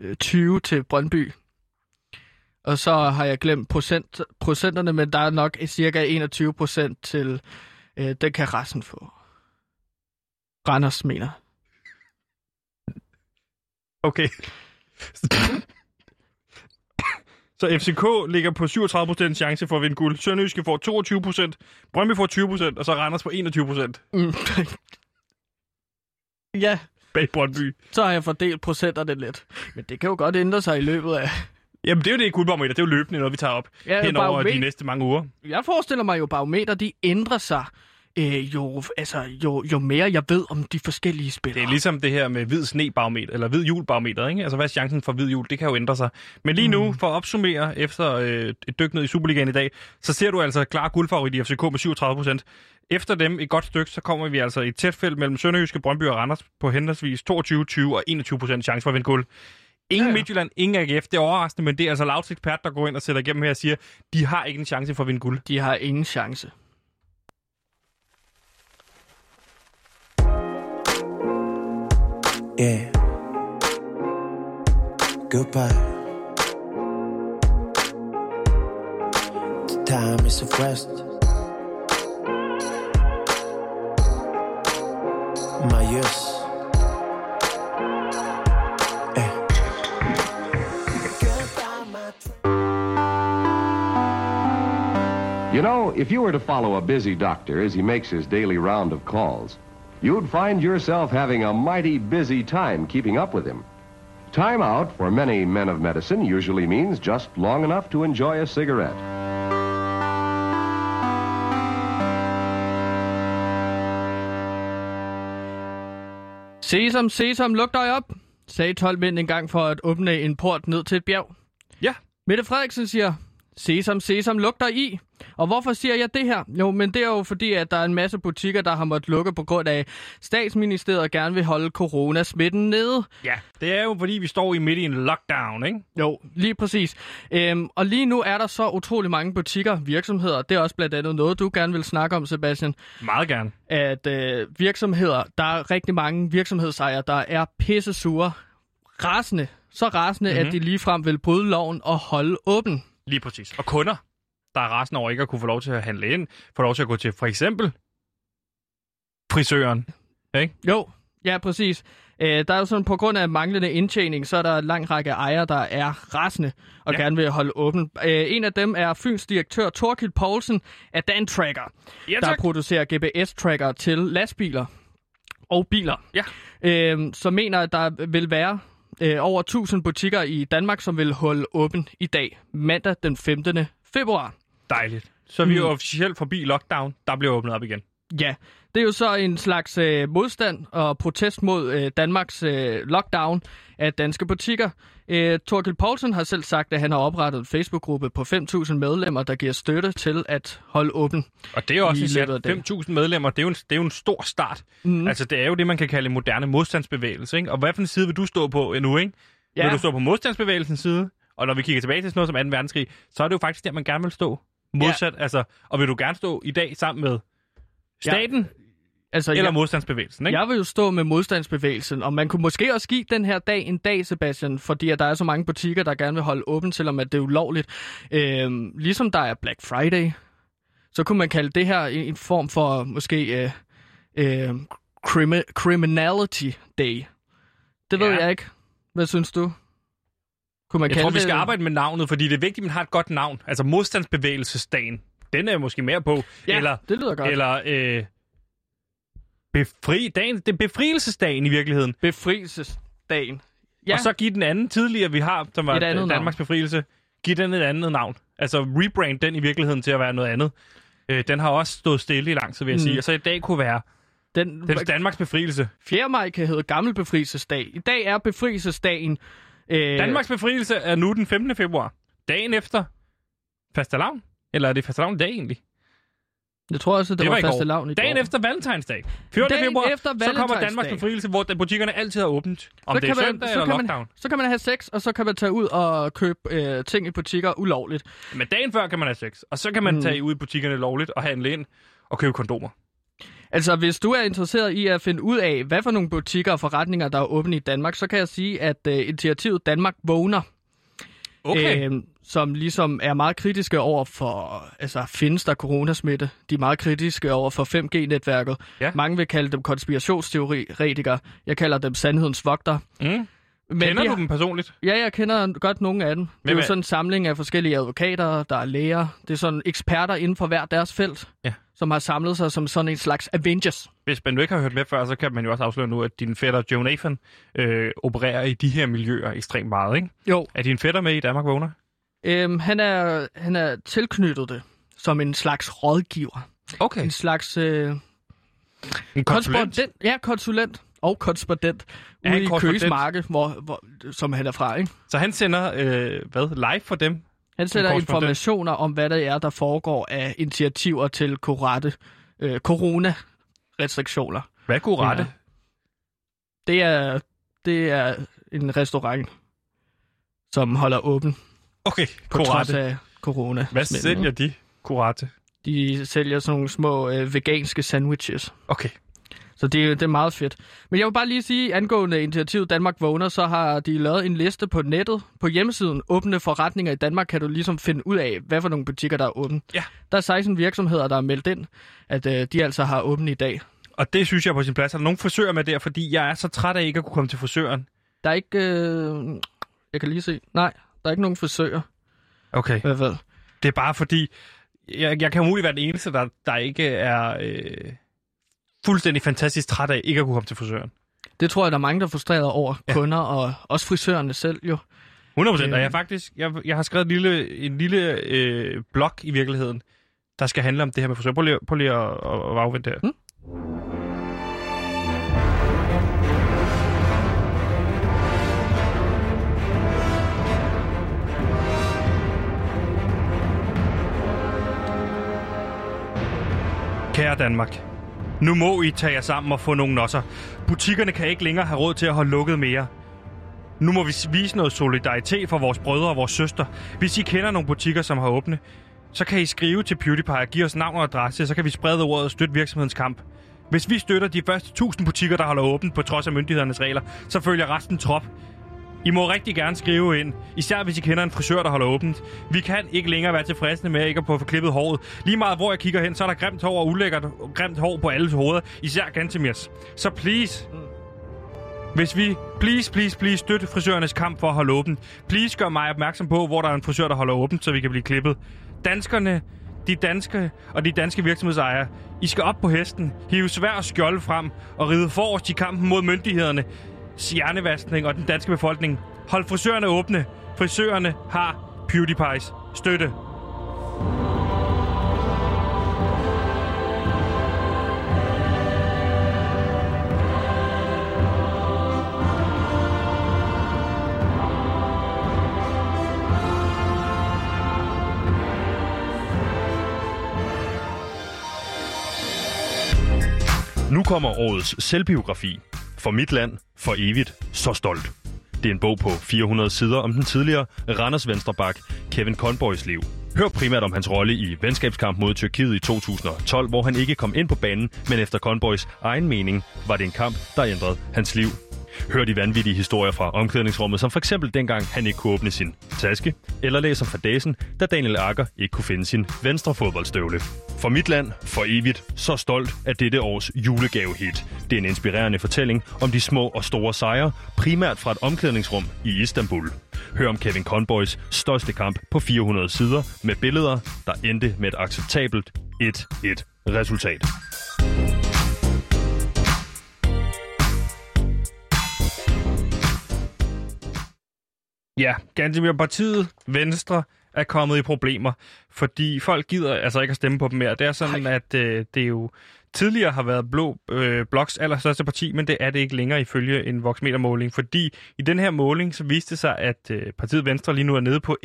øh, 20 til Brøndby. Og så har jeg glemt procent, procenterne, men der er nok cirka 21 procent til, øh, den kan resten få. Randers mener. Okay. Så FCK ligger på 37% chance for at vinde guld. Sønderjyske får 22%, Brøndby får 20%, og så Randers på 21% Mm. ja, bag Brøndby. så har jeg fordelt procenterne lidt. Men det kan jo godt ændre sig i løbet af... Jamen, det er jo det i guldbarometer. Det er jo løbende noget, vi tager op Ja, ja, hen over barometer. de næste mange uger. Jeg forestiller mig jo, barometer, de ændrer sig øh, jo, altså, jo, jo mere jeg ved om de forskellige spillere. Det er ligesom det her med hvid snebarometer, eller hvid julbarometer, ikke? Altså, hvad er chancen for hvid jul? Det kan jo ændre sig. Men lige nu, for at opsummere efter øh, et dyk ned i Superligaen i dag, så ser du altså klar guldfavorit i FCK med 37 procent. Efter dem et godt stykke, så kommer vi altså i et tæt felt mellem Sønderjyske, Brøndby og Randers på henholdsvis 22, 20 og 21 procent chance for at vinde guld. Ingen ja, ja. Midtjylland, ingen AGF. Det er overraskende, men det er altså Lauts ekspert, der går ind og sætter igennem her og siger, de har ikke en chance for at vinde guld. De har ingen chance. Yeah. Goodbye. The time is of rest. My years. Yeah. You know, if you were to follow a busy doctor as he makes his daily round of calls, you'd find yourself having a mighty busy time keeping up with him. Time out for many men of medicine usually means just long enough to enjoy a cigarette. Sesam, sesam, luk dig op, sagde 12 mænd engang for at åbne en port ned til et bjerg. Ja. Mette Frederiksen siger, sesam, sesam, luk dig i. Og hvorfor siger jeg det her? Jo, men det er jo fordi, at der er en masse butikker, der har måttet lukke på grund af, at statsministeriet gerne vil holde coronasmitten nede. Ja, det er jo fordi, vi står i midt i en lockdown, ikke? Jo, lige præcis. Øhm, og lige nu er der så utrolig mange butikker, virksomheder. Det er også blandt andet noget, du gerne vil snakke om, Sebastian. Meget gerne. At øh, virksomheder, der er rigtig mange virksomhedsejere, der er pisse sure. Rasende. Så rasende, mm-hmm. at de ligefrem vil bryde loven og holde åben. Lige præcis. Og kunder, der er resten over ikke at kunne få lov til at handle ind, få lov til at gå til for eksempel frisøren. Ikke? Jo, ja, præcis. Øh, der er jo sådan, på grund af manglende indtjening, så er der en lang række ejere, der er rasende og Ja. ja. gerne vil holde åben. Øh, en af dem er Fyns direktør Torkild Poulsen af Dantracker, Ja, der tak. producerer GPS-tracker til lastbiler og biler. Ja. Øh, som mener, at der vil være øh, over 1000 butikker i Danmark, som vil holde åben i dag, mandag den 15. februar. Dejligt. Så vi er Mm. officielt forbi lockdown, der bliver åbnet op igen. Ja, det er jo så en slags øh, modstand og protest mod øh, Danmarks øh, lockdown af danske butikker. Øh, Torkel Poulsen har selv sagt, at han har oprettet en Facebook-gruppe på 5.000 medlemmer, der giver støtte til at holde åben. Og det er også I især løbet af dagen. 5.000 medlemmer, det er, jo en, det er jo en stor start. Mm. Altså, det er jo det, man kan kalde en moderne modstandsbevægelse, ikke? Og hvad for en side vil du stå på endnu, ikke? Ja. Vil Ja. du stå på modstandsbevægelsens side? Og når vi kigger tilbage til sådan noget som 2. verdenskrig, så er det jo faktisk der, man gerne vil stå. Modsat, ja. altså, og vil du gerne stå i dag sammen med staten ja. Altså, eller jeg, modstandsbevægelsen, ikke? jeg vil jo stå med modstandsbevægelsen, og man kunne måske også give den her dag en dag, Sebastian, fordi at der er så mange butikker, der gerne vil holde åben, selvom at det er ulovligt. Øh, ligesom der er Black Friday, så kunne man kalde det her en en form for måske øh, øh, crimi- criminality day. Det ved Ja. ja. jeg ikke. Hvad synes du? Kunne man Jeg kalde tror, vi det? skal arbejde med navnet, fordi det er vigtigt, at man har et godt navn. Altså, modstandsbevægelsesdagen, den er måske mere på. Ja, eller det lyder godt. Eller... Eller øh, befri, dagen, det er befrielsesdagen i virkeligheden. Befrielsesdagen. Ja. Ja. Og så give den anden tidligere, vi har, som var Et andet øh, Danmarks befrielse, give den et andet navn. Altså rebrand den i virkeligheden til at være noget andet. Øh, den har også stået stille i lang tid, vil jeg mm. Mm. sige. Og så i dag kunne være Den, den Danmarks befrielse. 4. maj kan hedde Gammel Befrielsesdag. I dag er befrielsesdagen. Øh, Danmarks befrielse er nu den 15. februar. Dagen efter fastelavn. Eller er det fastelavn i dag egentlig? Jeg tror også, det, det var, i var går. faste lavn i Dagen går. efter valentinsdag. 14. Dagen februar, så efter kommer Danmarks valentinsdag. befrielse, hvor den- butikkerne altid er åbent. Om det er kan man- søndag så eller kan man- lockdown. Så kan man have sex, og så kan man tage ud og købe øh, ting i butikker ulovligt. Men dagen før kan man have sex, og så kan man mm. tage ud i butikkerne lovligt og handle ind og købe kondomer. Altså, hvis du er interesseret i at finde ud af, hvad for nogle butikker og forretninger, der er åbne i Danmark, så kan jeg sige, at øh, initiativet Danmark Vågner, Okay. Øh, øh, som ligesom er meget kritiske over for, altså findes der coronasmitte? De er meget kritiske over for 5G-netværket. Ja. Mange vil kalde dem konspirationsteoretikere. Jeg kalder dem sandhedens vogter. mm. Men Kender de du dem personligt? Ja, jeg kender godt nogle af dem. det er Hvem jo er- sådan en samling af forskellige advokater, der er læger. Det er sådan eksperter inden for hver deres felt, Ja. som har samlet sig som sådan en slags Avengers. Hvis man nu ikke har hørt med før, så kan man jo også afsløre nu, at din fætter Joe Nathan øh, opererer i de her miljøer ekstremt meget, ikke? Jo, Er din fætter med i Danmark Vågner? øhm, han, er, han er tilknyttet det som en slags rådgiver. Okay. En slags øh, En konsulent. korrespondent. Ja, konsulent og korrespondent Ja, ude i korrespondent. Køges Marked, hvor, hvor, som han er fra, ikke? Så han sender, øh, hvad, live for dem? Han sætter korrespondent. informationer om, hvad der er, der foregår af initiativer til korrette, øh, corona-restriktioner. Hvad kunne rette? Ja. Det er, det er en restaurant, som holder åben Okay, på trods kurate. af corona. Hvad sælger de? Kurate. De sælger sådan nogle små øh, veganske sandwiches. Okay. Så det, er- det er meget fedt. Men jeg vil bare lige sige, angående initiativet Danmark Vågner, så har de lavet en liste på nettet. På hjemmesiden Åbne Forretninger i Danmark kan du ligesom finde ud af, hvad for nogle butikker, der er åbne. Ja. Der er 16 virksomheder, der er meldt ind, at øh, de altså har åbent i dag. Og det synes jeg er på sin plads. Er der nogen frisører med der? Fordi jeg er så træt af ikke at kunne komme til frisøren. Der er ikke... Øh, jeg kan lige se. Nej, der er ikke nogen frisører. Okay. Hvad ved? Det er bare fordi, jeg, jeg kan umuligt være den eneste, der, der ikke er øh, fuldstændig fantastisk træt af ikke at kunne komme til frisøren. Det tror jeg, der er mange, der er frustreret over ja. kunder, og også frisørerne selv jo. 100 procent. Og jeg faktisk, jeg, jeg har skrevet en lille, en lille øh, blog i virkeligheden, der skal handle om det her med frisører. Prøv lige, prøv lige at, at, at afvente det her. Kære Danmark, nu må I tage jer sammen og få nogle nosser. Butikkerne kan ikke længere have råd til at holde lukket mere. Nu må vi vise noget solidaritet for vores brødre og vores søster. Hvis I kender nogle butikker, som har åbne, så kan I skrive til PewDiePie og give os navn og adresse, så kan vi sprede ordet og støtte virksomhedens kamp. Hvis vi støtter de første 1000 butikker, der holder åbent på trods af myndighedernes regler, så følger resten trop. I må rigtig gerne skrive ind, især hvis I kender en frisør, der holder åbent. Vi kan ikke længere være tilfredse med at ikke at få klippet håret. Lige meget hvor jeg kigger hen, så er der grimt hår og ulækkert grimt hår på alles hoveder, især Gantemirs. Så please, hvis vi, please, please, please, støtte frisørernes kamp for at holde åbent. Please gør mig opmærksom på, hvor der er en frisør, der holder åbent, så vi kan blive klippet. Danskerne, de danske og de danske virksomhedsejere, I skal op på hesten, hive svær og skjolde frem og ride forrest i kampen mod myndighederne, stjernevaskning og den danske befolkning. Hold frisørerne åbne. Frisørerne har PewDiePie's støtte. Nu kommer årets selvbiografi. For mit land, for evigt, så stolt. Det er en bog på 400 sider om den tidligere Randers Venstrebak, Kevin Conboys liv. Hør primært om hans rolle i venskabskamp mod Tyrkiet i 2012, hvor han ikke kom ind på banen, men efter Conboys egen mening var det en kamp, der ændrede hans liv. Hør de vanvittige historier fra omklædningsrummet, som for eksempel dengang han ikke kunne åbne sin taske, eller læs om fadæsen, da Daniel Akker ikke kunne finde sin venstre fodboldstøvle. For mit land, for evigt, så stolt af dette års julegavehit. Det er en inspirerende fortælling om de små og store sejre, primært fra et omklædningsrum i Istanbul. Hør om Kevin Conboys største kamp på 400 sider med billeder, der endte med et acceptabelt 1-1 resultat. Ja, Gantemir, partiet Venstre er kommet i problemer, fordi folk gider altså ikke at stemme på dem mere. Det er sådan, Ej. at øh, det jo tidligere har været Blå øh, Bloks allerstørste parti, men det er det ikke længere ifølge en voksmetermåling, fordi i den her måling så viste det sig, at øh, partiet Venstre lige nu er nede på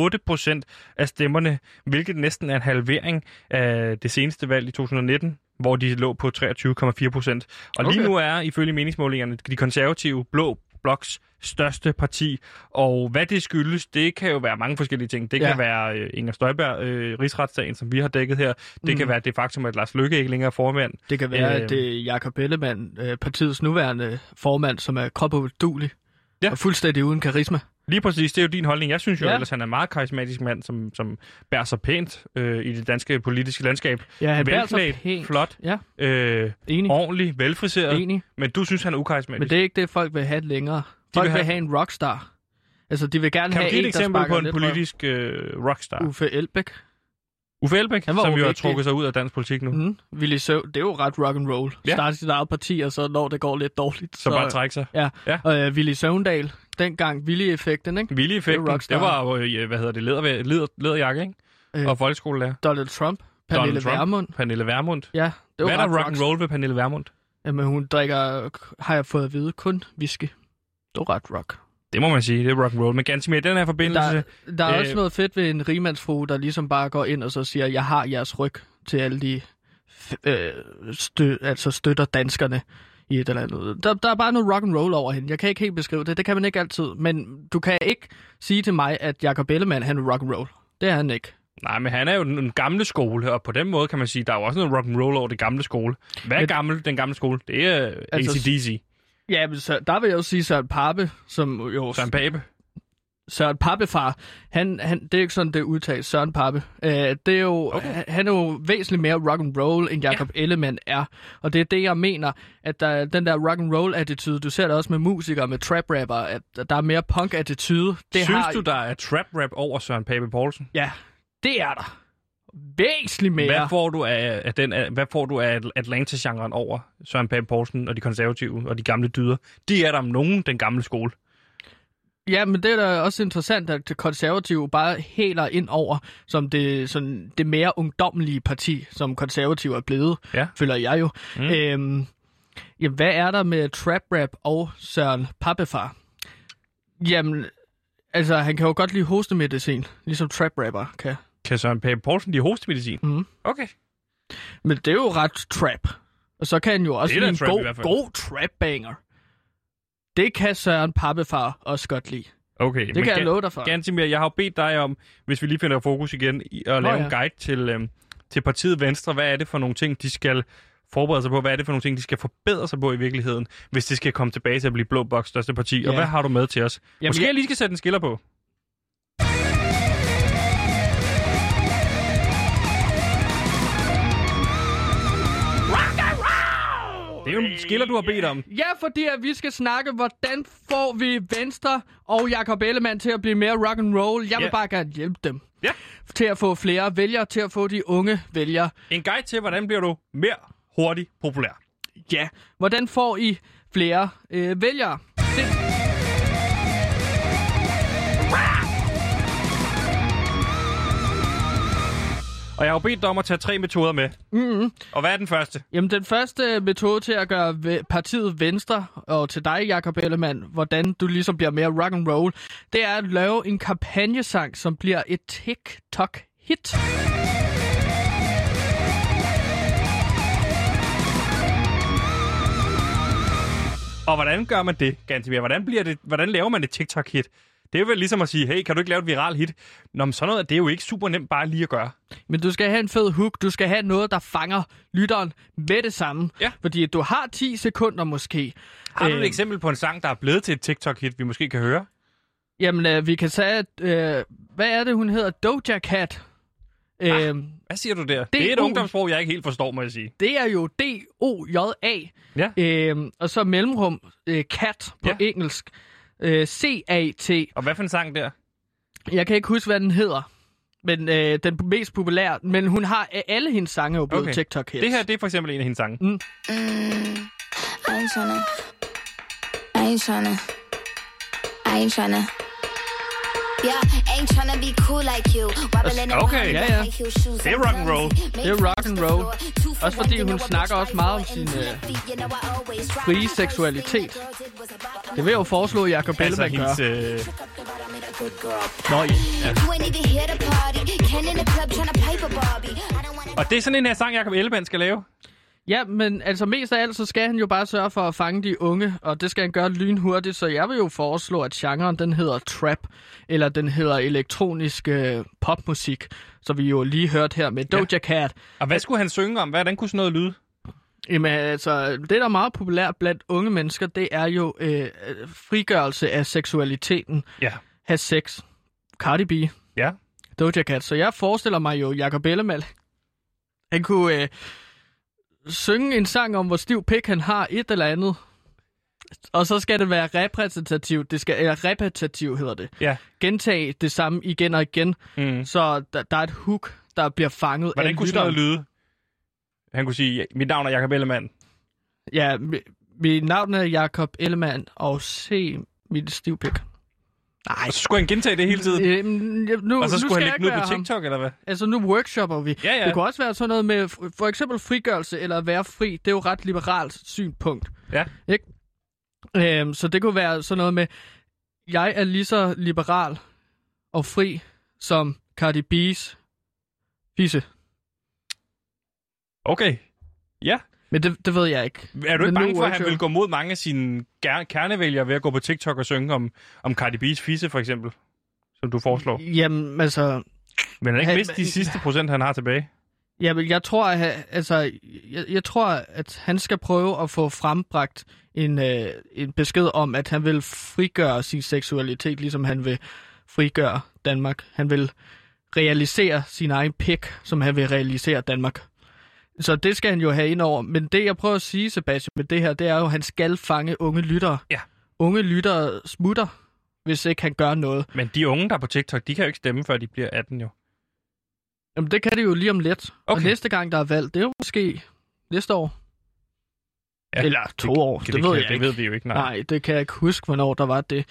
11,8 procent af stemmerne, hvilket næsten er en halvering af det seneste valg i 2019 hvor de lå på 23,4 procent. Og okay. lige nu er, ifølge meningsmålingerne, de konservative blå bloks største parti. Og hvad det skyldes, det kan jo være mange forskellige ting. Det ja. Ja. kan være øh, Inger Støjberg, øh, rigsretssagen, som vi har dækket her. Det mm. kan være det faktum, at Lars Løkke ikke længere er formand. Det kan være, Øh. øh... at det er Jakob Ellemann, øh, partiets nuværende formand, som er kropudulig Ja. ja. og fuldstændig uden karisma. Lige præcis, det er jo din holdning. Jeg synes jo Ja. ja. ellers, han er en meget karismatisk mand, som, som bærer sig pænt øh, i det danske politiske landskab. Ja, han bærer sig Velklædt, pænt. flot, Ja, øh, enig. ordentlig, velfriseret. Enig. øh, Men du synes, han er ukarismatisk. Men det er ikke det, folk vil have længere. vil Folk vil have- have, en rockstar. Altså, de vil gerne kan du have give et en, der eksempel sparker på en lidt politisk øh, rockstar? røv. Uffe Elbæk. Uffe Elbæk, Han var som jo har uvægtig. trukket sig ud af dansk politik nu. Mm. Mm. Ville Søv, det er jo ret rock and roll. Ja. Ja. Starte sit eget parti, og så når det går lidt dårligt. Så bare trække sig. Ja, Ja. Mm. ja. og øh, Willy Søvndal. Dengang Willy-effekten, ikke? Willy effekten, Det er det, rockstar. det var jo, øh, hvad hedder det, leder, leder, lederjakke, ikke? Øh. Og folkeskolelærer. Donald Trump Pernille Trump. Vermund. Pernille Vermund. Ja, det var Hvad er ret der rock and roll ved Pernille Vermund? rock? Jamen, hun drikker, har jeg fået at vide, kun whisky. Det var ret rock. Det må man sige, det er rock and roll. Men ganske mere i den her forbindelse, Der, der... der er øh... også Øh. noget fedt ved en rimandsfru, der ligesom bare går ind og så siger, jeg har jeres ryg til alle de f- øh, stø- altså støtter danskerne i et eller andet. Der, der er bare noget rock and roll over hende. Jeg kan ikke helt beskrive det. Det kan man ikke altid. Men du kan ikke sige til mig, at Jacob Ellemann, han er rock and roll. Det er han ikke. nej, men han er jo den, den gamle skole, og på den måde kan man sige, der er jo også noget rock and roll over det gamle skole. Hvad er Men- gammel, den gamle skole? Det er uh, Altså, altså, ACDC, Ja, men så, der vil jeg jo sige Søren Pape, som jo... Søren Pape. Søren Pappefar, han, han, det er jo ikke sådan, det udtales, Søren Pappe. Øh, det er jo, okay. Han er jo væsentligt mere rock and roll end Jacob ja. Ellemann er. Og det er det, jeg mener, at der, den der rock and roll attitude du ser det også med musikere, med trap rapper, at der er mere punk-attitude. Det Synes har, har... du, der er trap rap over Søren Pape Poulsen? Ja, det er der. Væsentligt mere. Hvad får du af, af, den, af, hvad får du af Atlanta-genren over Søren Pape Poulsen og de konservative og de gamle dyder? De er der om nogen, den gamle skole. Ja, men det er da også interessant, at det konservative bare hæler ind over som det, sådan, det mere ungdommelige parti, som konservative er blevet, Ja. føler jeg jo. Mm. Øhm, ja, hvad er der med Trap Rap og Søren Pappefar? Jamen, altså, han kan jo godt lide hostemedicin, ligesom Trap Rapper kan. Kan Søren Pape Poulsen lide hostemedicin? Mhm. Okay. Men det er jo ret trap. Og så kan han jo også Det er lide da en trap i hvert god, fald. god trap-banger. Det kan Søren Pappefar også godt lide. Okay, Det kan jeg love dig for. Gansimir, jeg har jo bedt dig om, hvis vi lige finder fokus igen, i at lave ja. ja. en guide til, øhm, til partiet Venstre. Hvad er det for nogle ting, de skal forberede sig på? Hvad er det for nogle ting, de skal forbedre sig på i virkeligheden, hvis de skal komme tilbage til at blive Blå Boks største parti? Ja. Og Ja. hvad har du med til os? Jamen, Måske jeg- jeg... jeg lige skal sætte en skiller på. Det er jo en skiller, du har bedt om. Ja, fordi at vi skal snakke, hvordan får vi Venstre og Jakob Ellemann til at blive mere rock and roll. Jeg vil Ja. bare gerne hjælpe dem Ja. til at få flere vælgere, til at få de unge vælgere. En guide til, hvordan bliver du mere hurtigt populær. Ja, hvordan får I flere øh, vælgere? Det... Og jeg har jo bedt dig om at tage tre metoder med. Mm-hmm. Og hvad er den første? Jamen, den første øh, metode til at gøre ve- partiet Venstre, og til dig, Jakob Ellemann, hvordan du ligesom bliver mere rock and roll, det er at lave en kampagnesang, som bliver et TikTok-hit. Og hvordan gør man det, Gantemir? Hvordan, bliver det, hvordan laver man et TikTok-hit? Det er vel ligesom at sige, hey, kan du ikke lave et viral hit? Nå, men sådan noget, det er jo ikke super nemt bare lige at gøre. Men du skal have en fed hook. Du skal have noget, der fanger lytteren med det samme. Ja. Fordi du har 10 sekunder måske. Har du Øh, et eksempel på en sang, der er blevet til et TikTok-hit, vi måske kan høre? Jamen, øh, vi kan sige, øh, hvad er det, hun hedder? Doja Cat. Ah. Øh, Hvad siger du der? Det, er det er et u- ungdomsprog, jeg ikke helt forstår, må jeg sige. det er jo D-O-J-A. Ja. Øh, og så mellemrum øh, cat på Ja. engelsk. Øh, C-A-T. Og hvad for en sang der? Jeg kan ikke huske, hvad den hedder. Men øh, den mest populære. Men hun har øh, alle hendes sange er jo blevet Mm, Okay. TikTok-hits. Det her, det er for eksempel en af hendes sange. I ain't tryna. I ain't tryna. I ain't tryna. Yeah, ain't tryna be cool like you. Wobbling Okay, okay, ja, ja, ja. ja. Shoes Det er rock and roll. Det er rock and roll. Også fordi hun snakker også meget om sin øh, øh, frie seksualitet. er Det vil jeg jo foreslå, at Jacob Altså Ellemann gør. hendes... Øh... Nå, ja. Og det er sådan en her sang, Jacob Ellemann skal lave. Ja, men altså mest af alt, så skal han jo bare sørge for at fange de unge, og det skal han gøre lynhurtigt, så jeg vil jo foreslå, at genren den hedder trap, eller den hedder elektronisk øh, popmusik, så vi jo lige hørte her med Doja Cat. Og hvad skulle han synge om? Hvordan kunne sådan noget lyde? Jamen altså, det der er meget populært blandt unge mennesker, det er jo øh, øh, frigørelse af seksualiteten, Ja. have sex, Cardi B, Ja. Doja Cat. Så jeg forestiller mig jo Jacob Ellemann. Han kunne øh, synge en sang om, hvor stiv pik han har, et eller andet. Og så skal det være repræsentativt. Det skal, eller repetitiv hedder det. Ja. Gentage det samme igen og igen. Mm. Så der, der er et hook, der bliver fanget Hvordan af kunne sådan lytteren. noget lyde? Han kunne sige, mit navn er Jacob Ellemann. Ja, mi- mit navn er Jakob Ellemann, og se mit stiv pik. Nej. Og så skulle han gentage det hele tiden. Øhm, ja, nu, Og så nu skulle skal han jeg lægge den ikke ud være på ham. TikTok, eller hvad? Altså, nu workshopper vi. Ja, ja. Det kunne også være sådan noget med, f- for eksempel frigørelse eller at være fri. Det er jo et ret liberalt synspunkt. Ja. Ikke? Øhm, så det kunne være sådan noget med, jeg er lige så liberal og fri som Cardi B's fisse. Okay. Men det, det ved jeg ikke. Er du Men ikke nu bange for, at han workshop. vil gå mod mange af sine ger- kernevælgere ved at gå på TikTok og synge om, om Cardi B's fisse, for eksempel? Som du foreslår. Jamen, altså... Men han ikke Han- miste de sidste procent, han har tilbage. Jamen, jeg tror, at, han- altså, jeg, jeg tror, at han skal prøve at få frembragt en, øh, en besked om, at han vil frigøre sin seksualitet, ligesom han vil frigøre Danmark. Han vil realisere sin egen pik, som han vil realisere Danmark. Så det skal han jo have ind over. Men det, jeg prøver at sige, Sebastian, med det her, det er jo, at han skal fange unge lyttere. Ja. Unge lyttere smutter, hvis ikke han gør noget. Men de unge, der er på TikTok, de kan jo ikke stemme, før de bliver 18 jo. Jamen, det kan det jo lige om lidt. Okay. Og Okay. næste gang, der er valg, det er jo måske næste år. Ja, Eller to år, det ved kan, jeg det ikke. ved vi jo ikke, nej. nej Nej, det kan jeg ikke huske, hvornår der var det.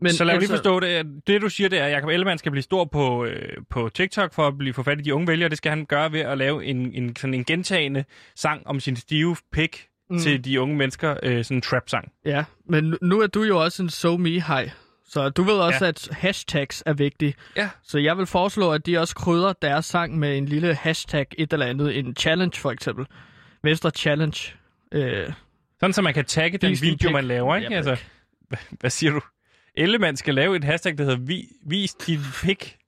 men så lad altså... lige forstå det. Det, du siger, det er, at Jacob Ellemann skal blive stor på, øh, på TikTok for at blive få fat i de unge vælgere. Det skal han gøre ved at lave en, en, sådan en gentagende sang om sin stive pik Mm. mm. til de unge mennesker. Øh, sådan en trap-sang. Ja, men nu- nu er du jo også en so me hej så du ved også, ja. at hashtags er vigtige. Ja. Så jeg vil foreslå, at de også krydder deres sang med en lille hashtag, et eller andet. En challenge, for eksempel. Venstre Challenge. Øh, Sådan, så man kan tagge den Vis din video, pik. man laver, ikke? Jeg ved Altså, hvad, hvad siger du? Ellemann skal lave et hashtag, der hedder vi, Vis din pik.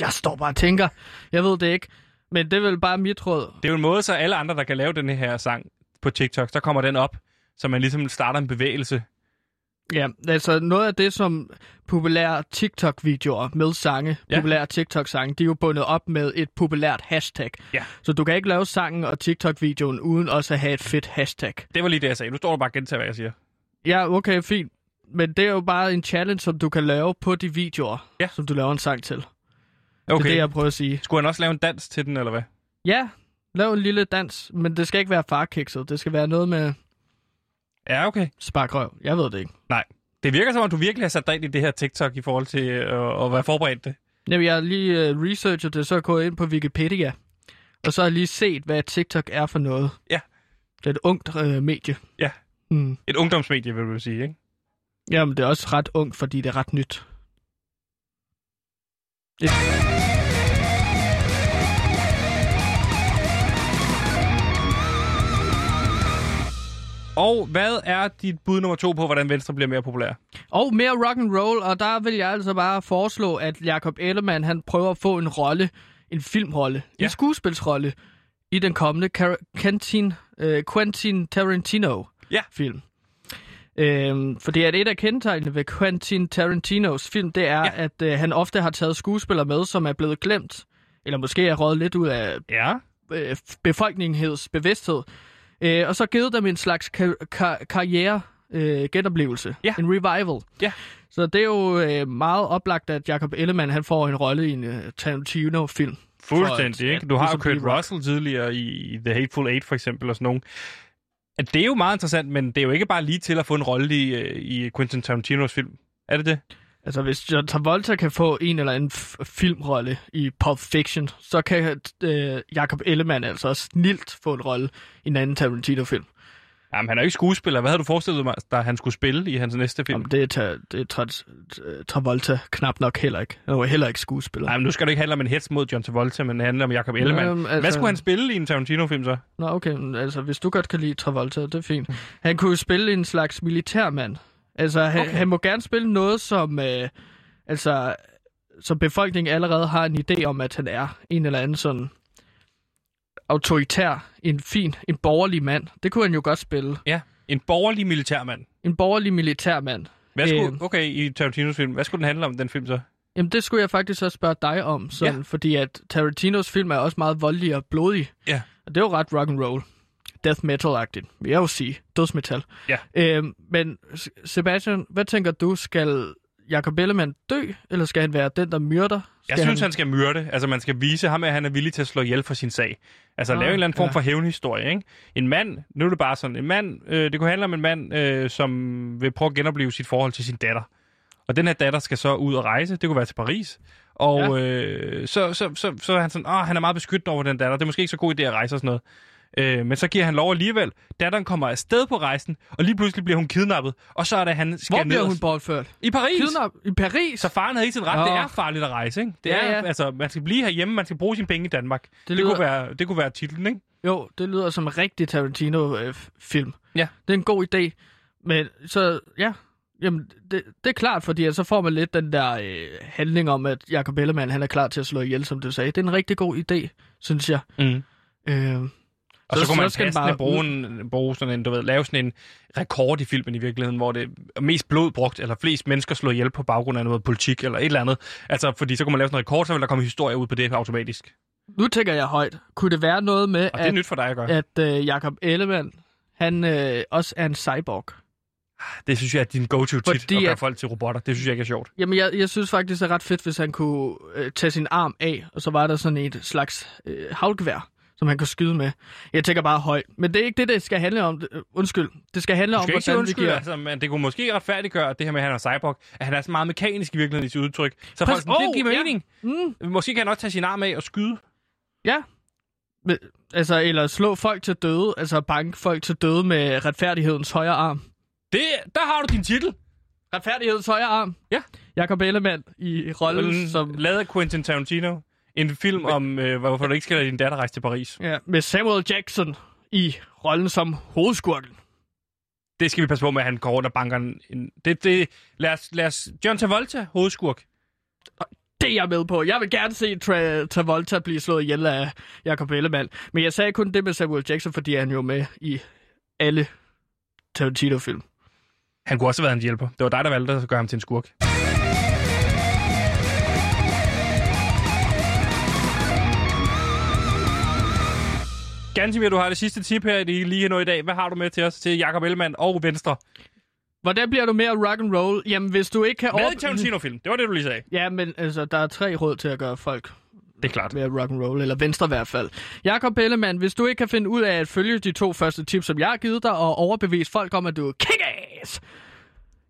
jeg står bare og tænker. Jeg ved det ikke. Men det er vel bare mit råd. Det er jo en måde, så alle andre, der kan lave den her sang på TikTok, så kommer den op, så man ligesom starter en bevægelse. Ja, altså noget af det, som populære TikTok-videoer med sange, ja. Ja. populære TikTok-sange, de er jo bundet op med et populært hashtag. Ja. Så du kan ikke lave sangen og TikTok-videoen uden også at have et fedt hashtag. Det var lige det, jeg sagde. Nu står du bare og gentager, hvad jeg siger. Ja, okay, fint. Men det er jo bare en challenge, som du kan lave på de videoer, Ja. som du laver en sang til. Okay. Det er det, jeg prøver at sige. Skulle han også lave en dans til den, eller hvad? Ja, lav en lille dans, men det skal ikke være farkikset. Det skal være noget med Ja, okay. sparkrøv. Jeg ved det ikke. Det virker som om, du virkelig har sat dig ind i det her TikTok i forhold til øh, at være forberedt det. Jamen, jeg har lige øh, researchet det, så er jeg gået ind på Wikipedia, og så har jeg lige set, hvad TikTok er for noget. Ja. Det er et ungt øh, medie. Ja. Mm. Et ungdomsmedie, vil du sige, ikke? Jamen, det er også ret ungt, fordi det er ret nyt. Og hvad er dit bud nummer to på, hvordan Venstre bliver mere populær? Og mere rock and roll, og der vil jeg altså bare foreslå, at Jakob Ellemann han prøver at få en rolle, en filmrolle, ja. Ja. en skuespilsrolle i den kommende Car- Quentin, øh, Quentin Tarantino Ja. film. Øhm, fordi at et af kendetegnene ved Quentin Tarantinos film, det er, ja. Ja. at øh, han ofte har taget skuespillere med, som er blevet glemt, eller måske er røget lidt ud af Ja. øh, befolkningens bevidsthed, øh, og så givet dem en slags ka- ka- karriere øh, genoplevelse, Ja. en revival. Ja. Så det er jo øh, meget oplagt, at Jacob Ellemann han får en rolle i en øh, Tarantino-film. For Fuldstændig, at- ikke? Du har jo ligesom Kurt Bebop. Russell tidligere i The Hateful Eight, for eksempel, og sådan nogen. At Det er jo meget interessant, men det er jo ikke bare lige til at få en rolle i, øh, i Quentin Tarantinos film. Er det det? Altså, hvis John Travolta kan få en eller anden f- filmrolle i Pulp Fiction, så kan øh, Jacob Ellemann altså også snilt få en rolle i en anden Tarantino-film. Jamen, han er jo ikke skuespiller. Hvad havde du forestillet mig, da han skulle spille i hans næste film? Jamen, det er, ta- det er tra- Travolta knap nok heller ikke. Han var heller ikke skuespiller. Nej, men nu skal det ikke handle om en hets mod John Travolta, men det handler om Jacob Ellemann. Jamen, altså- Hvad skulle han spille i en Tarantino-film så? Nå, okay, men altså, hvis du godt kan lide Travolta, det er fint. Han kunne jo spille en slags militærmand. Altså, han, okay. han må gerne spille noget, som, øh, altså, som befolkningen allerede har en idé om, at han er en eller anden sådan autoritær, en fin, en borgerlig mand. Det kunne han jo godt spille. Ja, en borgerlig militærmand. En borgerlig militærmand. Hvad Øhm. skulle, okay, i Tarantinos film, hvad skulle den handle om, den film så? Jamen, det skulle jeg faktisk også spørge dig om, sådan, ja. Ja. fordi at Tarantinos film er også meget voldelig og blodig. Ja. Og det er jo ret rock and roll. Death metal-agtigt, vil jeg jo sige. Dødsmetal. Ja. Øhm, men S- Sebastian, hvad tænker du, skal Jacob Ellemann dø, eller skal han være den, der myrder? Jeg synes, han skal myrde. Altså, man skal vise ham, at han er villig til at slå ihjel for sin sag. Altså, Nå, oh, lave en eller anden form ja. for hævnhistorie, ikke? En mand, nu er det bare sådan, en mand, øh, det kunne handle om en mand, øh, som vil prøve at genopleve sit forhold til sin datter. Og den her datter skal så ud og rejse. Det kunne være til Paris. Og ja. øh, så, så, så, så er han sådan, åh, han er meget beskyttet over den datter. Det er måske ikke så god idé at rejse og sådan noget. Øh, men så giver han lov alligevel. Datteren kommer afsted på rejsen, og lige pludselig bliver hun kidnappet. Og så er det, han skal Hvor ned bliver og- hun bortført? I Paris! Kidnap i Paris? Så faren havde ikke sin ret. Nå. Det er farligt at rejse, ikke? Det Ja, er, ja. altså, man skal blive herhjemme, man skal bruge sine penge i Danmark. Det, lyder- lyder... det, kunne, være, det kunne være titlen, ikke? Jo, det lyder som en rigtig Tarantino-film. Ja. Det er en god idé. Men så, ja, jamen, det, det er klart, fordi at så får man lidt den der øh, handling om, at Jacob Ellemann, han er klar til at slå ihjel, som du sagde. Det er en rigtig god idé, synes jeg. Mm. Øh, Og så, så kunne man skal den passende bruge, en, bruge sådan en, du ved, lave sådan en rekord i filmen i virkeligheden, hvor det er mest blod brugt, eller flest mennesker slået ihjel på baggrund af noget politik eller et eller andet. Altså, fordi så kunne man lave sådan en rekord, så ville der komme historie ud på det automatisk. Og Nu tænker jeg højt. Kunne det være noget med, det er at, nyt for dig at gøre. Ja. at øh, Jacob Ellemann, han øh, også er en cyborg? Det synes jeg er din go-to tit, Fordi at gøre at- folk til robotter. Det synes jeg ikke er sjovt. Jamen, jeg, jeg synes faktisk, det er ret fedt, hvis han kunne øh, tage sin arm af, og så var der sådan et slags øh, havlgevær, som han kunne skyde med. Jeg tænker bare højt. Men det er ikke det, det skal handle om. Øh, Undskyld. Det skal handle Du om, skal ikke sige hvordan vi undskyld, giver... altså, men det kunne måske retfærdiggøre at det her med, at han er cyborg, at han er så meget mekanisk i virkeligheden i sit udtryk. Så Præcis. folk, sådan, Åh, det giver ja. mening. Mm, Måske kan han også tage sin arm af og skyde. ja. Men, altså, eller slå folk til døde, altså banke folk til døde med retfærdighedens højre arm. Det, der har du din titel. Retfærdighedens højre arm? Ja. Jakob Ellemann i rollen Rollen, som... Øhm, Lavet af Quentin Tarantino. En film om, øh, hvorfor du ikke skal lade din datter rejse til Paris. Ja, med Samuel Jackson i rollen som hovedskurken. Det skal vi passe på med, at han går rundt og banker en- en... Det, det, lad, os, lad os, John Travolta, hovedskurk. Det er jeg med på. Jeg vil gerne se Tra- Travolta blive slået ihjel af Jacob Ellemann. Men jeg sagde kun det med Samuel Jackson, fordi han jo er med i alle Tarantino-film. Han kunne også have været en hjælper. Det var dig, der valgte at gøre ham til en skurk. Gansimir, du har det sidste tip her i- lige nu i dag. Hvad har du med til os til Jakob Ellemann og Venstre? Hvordan bliver du mere rock and roll? Jamen, hvis du ikke kan... Med Tarantino-film. Det var det, du lige sagde. Ja, men altså, der er tre råd til at gøre folk Det er klart. mere rock and roll eller venstre i hvert fald. Jakob Ellemann, hvis du ikke kan finde ud af at følge de to første tips, som jeg har givet dig, og overbevise folk om, at du er kick-ass,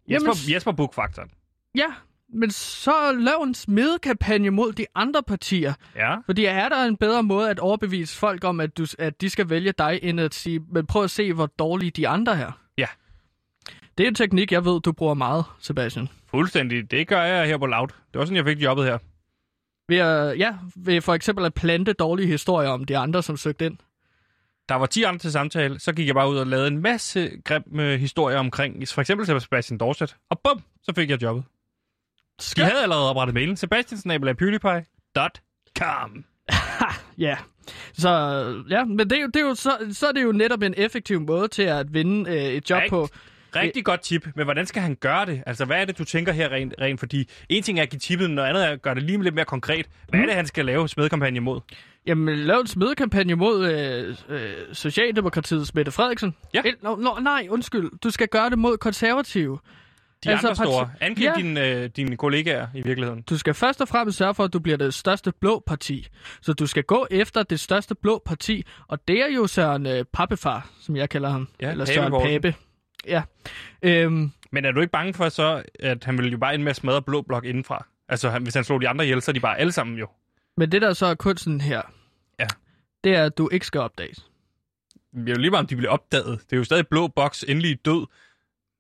Jamen, Jesper, Jesper Buk-faktoren. ja, men så lav en smedekampagne mod de andre partier. Ja. Fordi er der en bedre måde at overbevise folk om, at, du, at de skal vælge dig, end at sige, men prøv at se, hvor dårlige de andre her. Ja. Det er en teknik, jeg ved, du bruger meget, Sebastian. Fuldstændig. Det gør jeg her på Loud. Det var sådan, jeg fik jobbet her. Ved, at, ja, ved for eksempel at plante dårlige historier om de andre, som søgte ind. Der var 10 andre til samtale, så gik jeg bare ud og lavede en masse grimme historier omkring, for eksempel Sebastian Dorset. Og bum, så fik jeg jobbet. De Skønt. havde allerede oprettet mailen. sebastiansnabelagpewdiepie.com Ja. Så ja, men det er jo, det er jo, så, så er det jo netop en effektiv måde til at vinde øh, et job Rigt- på. Rigtig godt tip, men hvordan skal han gøre det? Altså, hvad er det, du tænker her rent? rent? Fordi en ting er at give tippet, noget andet er at gøre det lige lidt mere konkret. Hvad er det, han skal lave smedkampagne mod? Jamen, lav en smedekampagne mod øh, øh, Socialdemokratiets Mette Frederiksen. Ja. El, no, no, nej, undskyld. Du skal gøre det mod konservative. De Altså, altså, andre store. parti- Angrib Ja. ja. dine, øh, dine kollegaer i virkeligheden. Du skal først og fremmest sørge for, at du bliver det største blå parti. Så du skal gå efter det største blå parti, og det er jo Søren øh, Pappefar, som jeg kalder ham. Ja, Eller Pape Søren Poulsen. Pape. Ja. Øhm, Men er du ikke bange for så, at han ville jo bare ind med at smadre blå blok indenfra? Altså, han, hvis han slog de andre ihjel, så er de bare alle sammen jo. men det, der så er kunsten her, Ja. det er, at du ikke skal opdages. Det er jo lige meget, om de bliver opdaget. Det er jo stadig blå boks endelig død,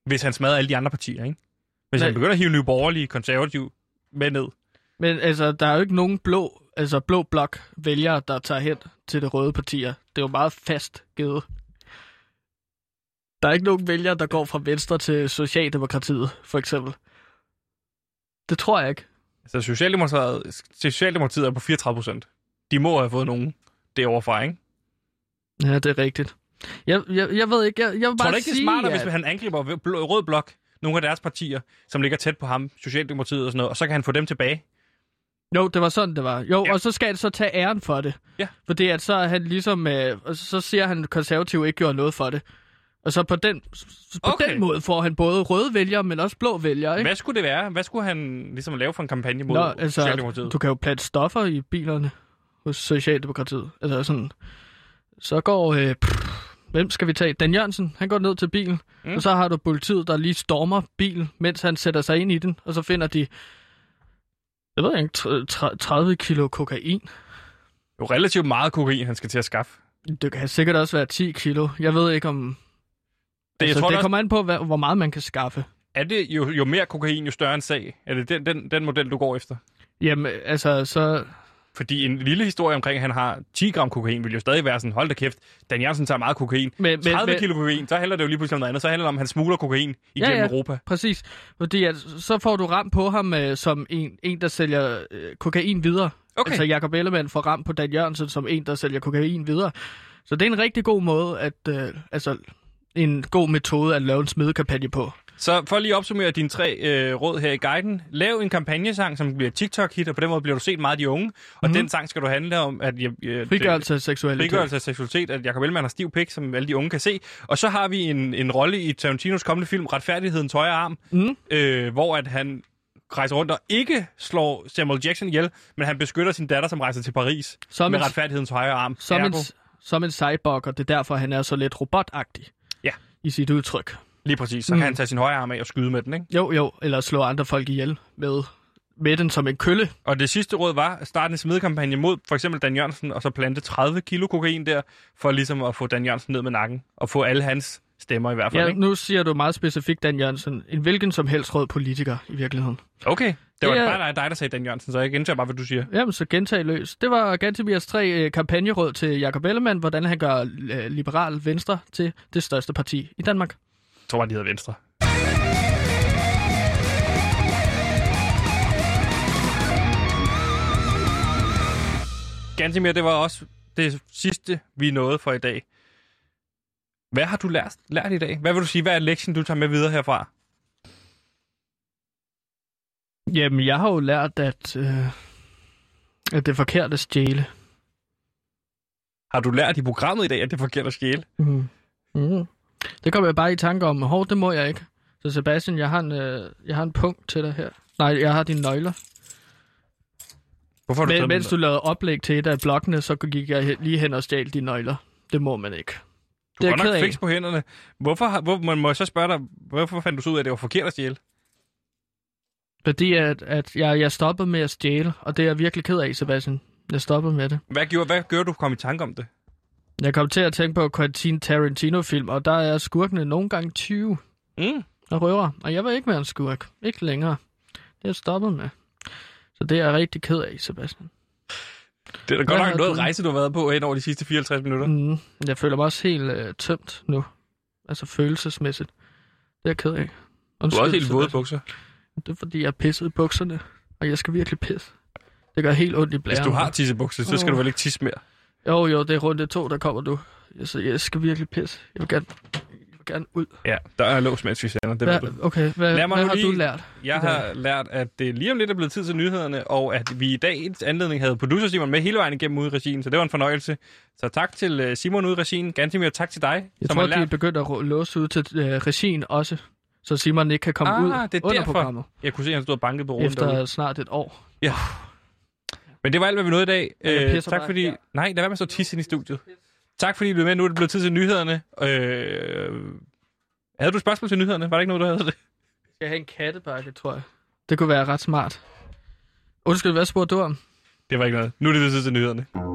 hvis han smadrer alle de andre partier, ikke? Hvis Nej. han begynder at hive nye borgerlige konservativ med ned. Men altså, der er jo ikke nogen blå, altså blå blok vælgere, der tager hen til det røde partier. Det er jo meget fast givet. Der er ikke nogen vælgere, der går fra Venstre til Socialdemokratiet, for eksempel. Det tror jeg ikke. Altså, Socialdemokratiet, Socialdemokratiet er på 34 procent. De må have fået nogen deroverfra, ikke? Ja, det er rigtigt. Jeg, jeg, jeg ved ikke, jeg, jeg vil bare Tror du ikke, sige, det er smartere, at... hvis han angriber ved- blå- Rød Blok, nogle af deres partier, som ligger tæt på ham, Socialdemokratiet og sådan noget, og så kan han få dem tilbage? Jo, det var sådan, det var. Jo, ja. Ja. og så skal han så tage æren for det. Ja. Fordi at så er han ligesom... Øh, og så siger han, at konservative ikke gjorde noget for det. Og så på den, s- på okay. den måde får han både røde vælgere, men også blå vælgere, ikke? Hvad skulle det være? Hvad skulle han ligesom lave for en kampagne mod Nå, altså, Socialdemokratiet? du kan jo plante stoffer i bilerne hos Socialdemokratiet. Altså sådan, så går, øh, pff, hvem skal vi tage? Dan Jørgensen, han går ned til bilen, mm. og så har du politiet, der lige stormer bilen, mens han sætter sig ind i den, og så finder de, jeg ved ikke, tre- tre- 30 kilo kokain. Jo relativt meget kokain, han skal til at skaffe. Det kan sikkert også være 10 kilo. Jeg ved ikke om... jeg Det, tror, altså, tror, det det også- kommer an på, hvad, hvor meget man kan skaffe. Er det jo, jo mere kokain, jo større en sag? Er det den, den, den model, du går efter? Jamen, altså, så... Fordi en lille historie omkring, at han har 10 gram kokain, vil jo stadig være sådan, hold da kæft, Dan Jørgensen tager meget kokain. Men- men- 30 men- kilo kokain, så handler det jo lige pludselig om noget andet. Så handler det om, at han smugler kokain igennem Europa. præcis. Fordi at, så får du ramt på ham øh, som en, en der sælger øh, kokain videre. Okay. Altså, Jacob Ellemann får ramt på Dan Jørgensen som en, der sælger kokain videre. Så det er en rigtig god måde at... Øh, altså, en god metode at lave en smidekampagne på. Så for lige at opsummere dine tre øh, råd her i guiden, lav en kampagnesang, som bliver TikTok-hit, og på den måde bliver du set meget af de unge. Og mm. den sang skal du handle om, at... Øh, øh, Mhm. Frigørelse af seksualitet. Frigørelse af seksualitet, at Jacob Ellemann har stiv pik, som alle de unge kan se. Og så har vi en, en rolle i Tarantinos kommende film, Retfærdighedens højre arm, mm. øh, hvor at han rejser rundt og ikke slår Samuel Jackson ihjel, men han beskytter sin datter, som rejser til Paris Som med en- retfærdighedens højre arm. Som en, Ergo. som en cyborg, og det er derfor, han er så lidt robotagtig Ja. i sit udtryk. Lige præcis. Så kan Mm. han tage sin højre arm af og skyde med den, ikke? Jo, jo, eller slå andre folk ihjel med, med den som en kølle. Og det sidste råd var at starte en smedekampagne mod for eksempel Dan Jørgensen, og så plante 30 kilo kokain der, for ligesom at få Dan Jørgensen ned med nakken, og få alle hans stemmer i hvert fald, Ja, ikke? nu siger du meget specifikt, Dan Jørgensen, en hvilken som helst rød politiker i virkeligheden. Okay, det var Det det er- bare dig, dig, der sagde Dan Jørgensen, så jeg gentager bare, hvad du siger. Jamen, så gentag løs. Det var Gantemirs tre øh, kampagneråd til Jakob Ellemann, hvordan han gør øh, liberal venstre til det største parti i Danmark. Jeg tror bare, de hedder Venstre. Gansimir, det var også det sidste, vi nåede for i dag. Hvad har du lært, lært i dag? Hvad vil du sige? Hvad er lektien, du tager med videre herfra? Jamen, jeg har jo lært, at, øh, at det er forkert at stjæle. Har du lært i programmet i dag, at det er forkert at stjæle? Mm. Mm. Det kom jeg bare i tanke om. Hov, det må jeg ikke. Så Sebastian, jeg har en, øh, jeg har en punkt til dig her. Nej, jeg har dine nøgler. Hvorfor har du Men, taget mens min- du lavede oplæg til et af blokkene, så gik jeg he- lige hen og stjal dine nøgler. Det må man ikke. Du har er jeg godt ked nok af. fiks på hænderne. Hvorfor, har- hvor, man må jeg så spørge dig, hvorfor fandt du så ud af, at det var forkert at stjæle? Fordi at, at jeg, jeg stoppede med at stjæle, og det er jeg virkelig ked af, Sebastian. Jeg stoppede med det. Hvad gjorde, hvad gjorde du kom i tanke om det? Jeg kom til at tænke på Quentin Tarantino-film, og der er skurkene nogle gange 20 Mm. og røver. Og jeg vil ikke være en skurk. Ikke længere. Det er jeg stoppet med. Så det er jeg rigtig ked af, Sebastian. Det er da Hvad godt nok har noget du- rejse, du har været på hen over de sidste 54 minutter. Mm, jeg føler mig også helt øh, tømt nu. Altså følelsesmæssigt. Det er jeg ked af. Du har også helt våde Sebastian. bukser. Det er fordi, jeg pissede i bukserne, og jeg skal virkelig pisse. Det gør helt ondt i Hvis blæren. du har tissebukser, så skal du vel ikke tisse mere. Jo, jo, det er runde to, der kommer du. Jeg, så jeg skal virkelig pisse. Jeg vil gerne, jeg vil gerne ud. Ja, der er lås, mens vi sender. Det ved du. Hva, okay, hvad, Lad mig hvad nu har lige- du lært? Jeg har lært, at det lige om lidt er blevet tid til nyhederne, og at vi i dagens anledning havde producer Simon med hele vejen igennem ude i regien, så det var en fornøjelse. Så tak til øh, Simon ude i regien. Gantimir, tak til dig, Jeg som tror, har lært. de er begyndt at rå- låse ud til øh, regien også, så Simon ikke kan komme ah, ud det er under derfor. programmet. Jeg kunne se, at han stod og bankede på ruden Efter derude. snart et år. Ja. Men det var alt, hvad vi nåede i dag. Ja, jeg Øh, pisser tak bare. fordi... Ja. Nej, lad være med at stå og tisse ind i studiet. Tak fordi I blev med. Nu er det blevet tid til nyhederne. Øh... Havde du et spørgsmål til nyhederne? Var der ikke noget, du havde det? Skal jeg have en kattebakke, tror jeg. Det kunne være ret smart. Undskyld, hvad spurgte du om? Det var ikke noget. Nu er det blevet tid til nyhederne.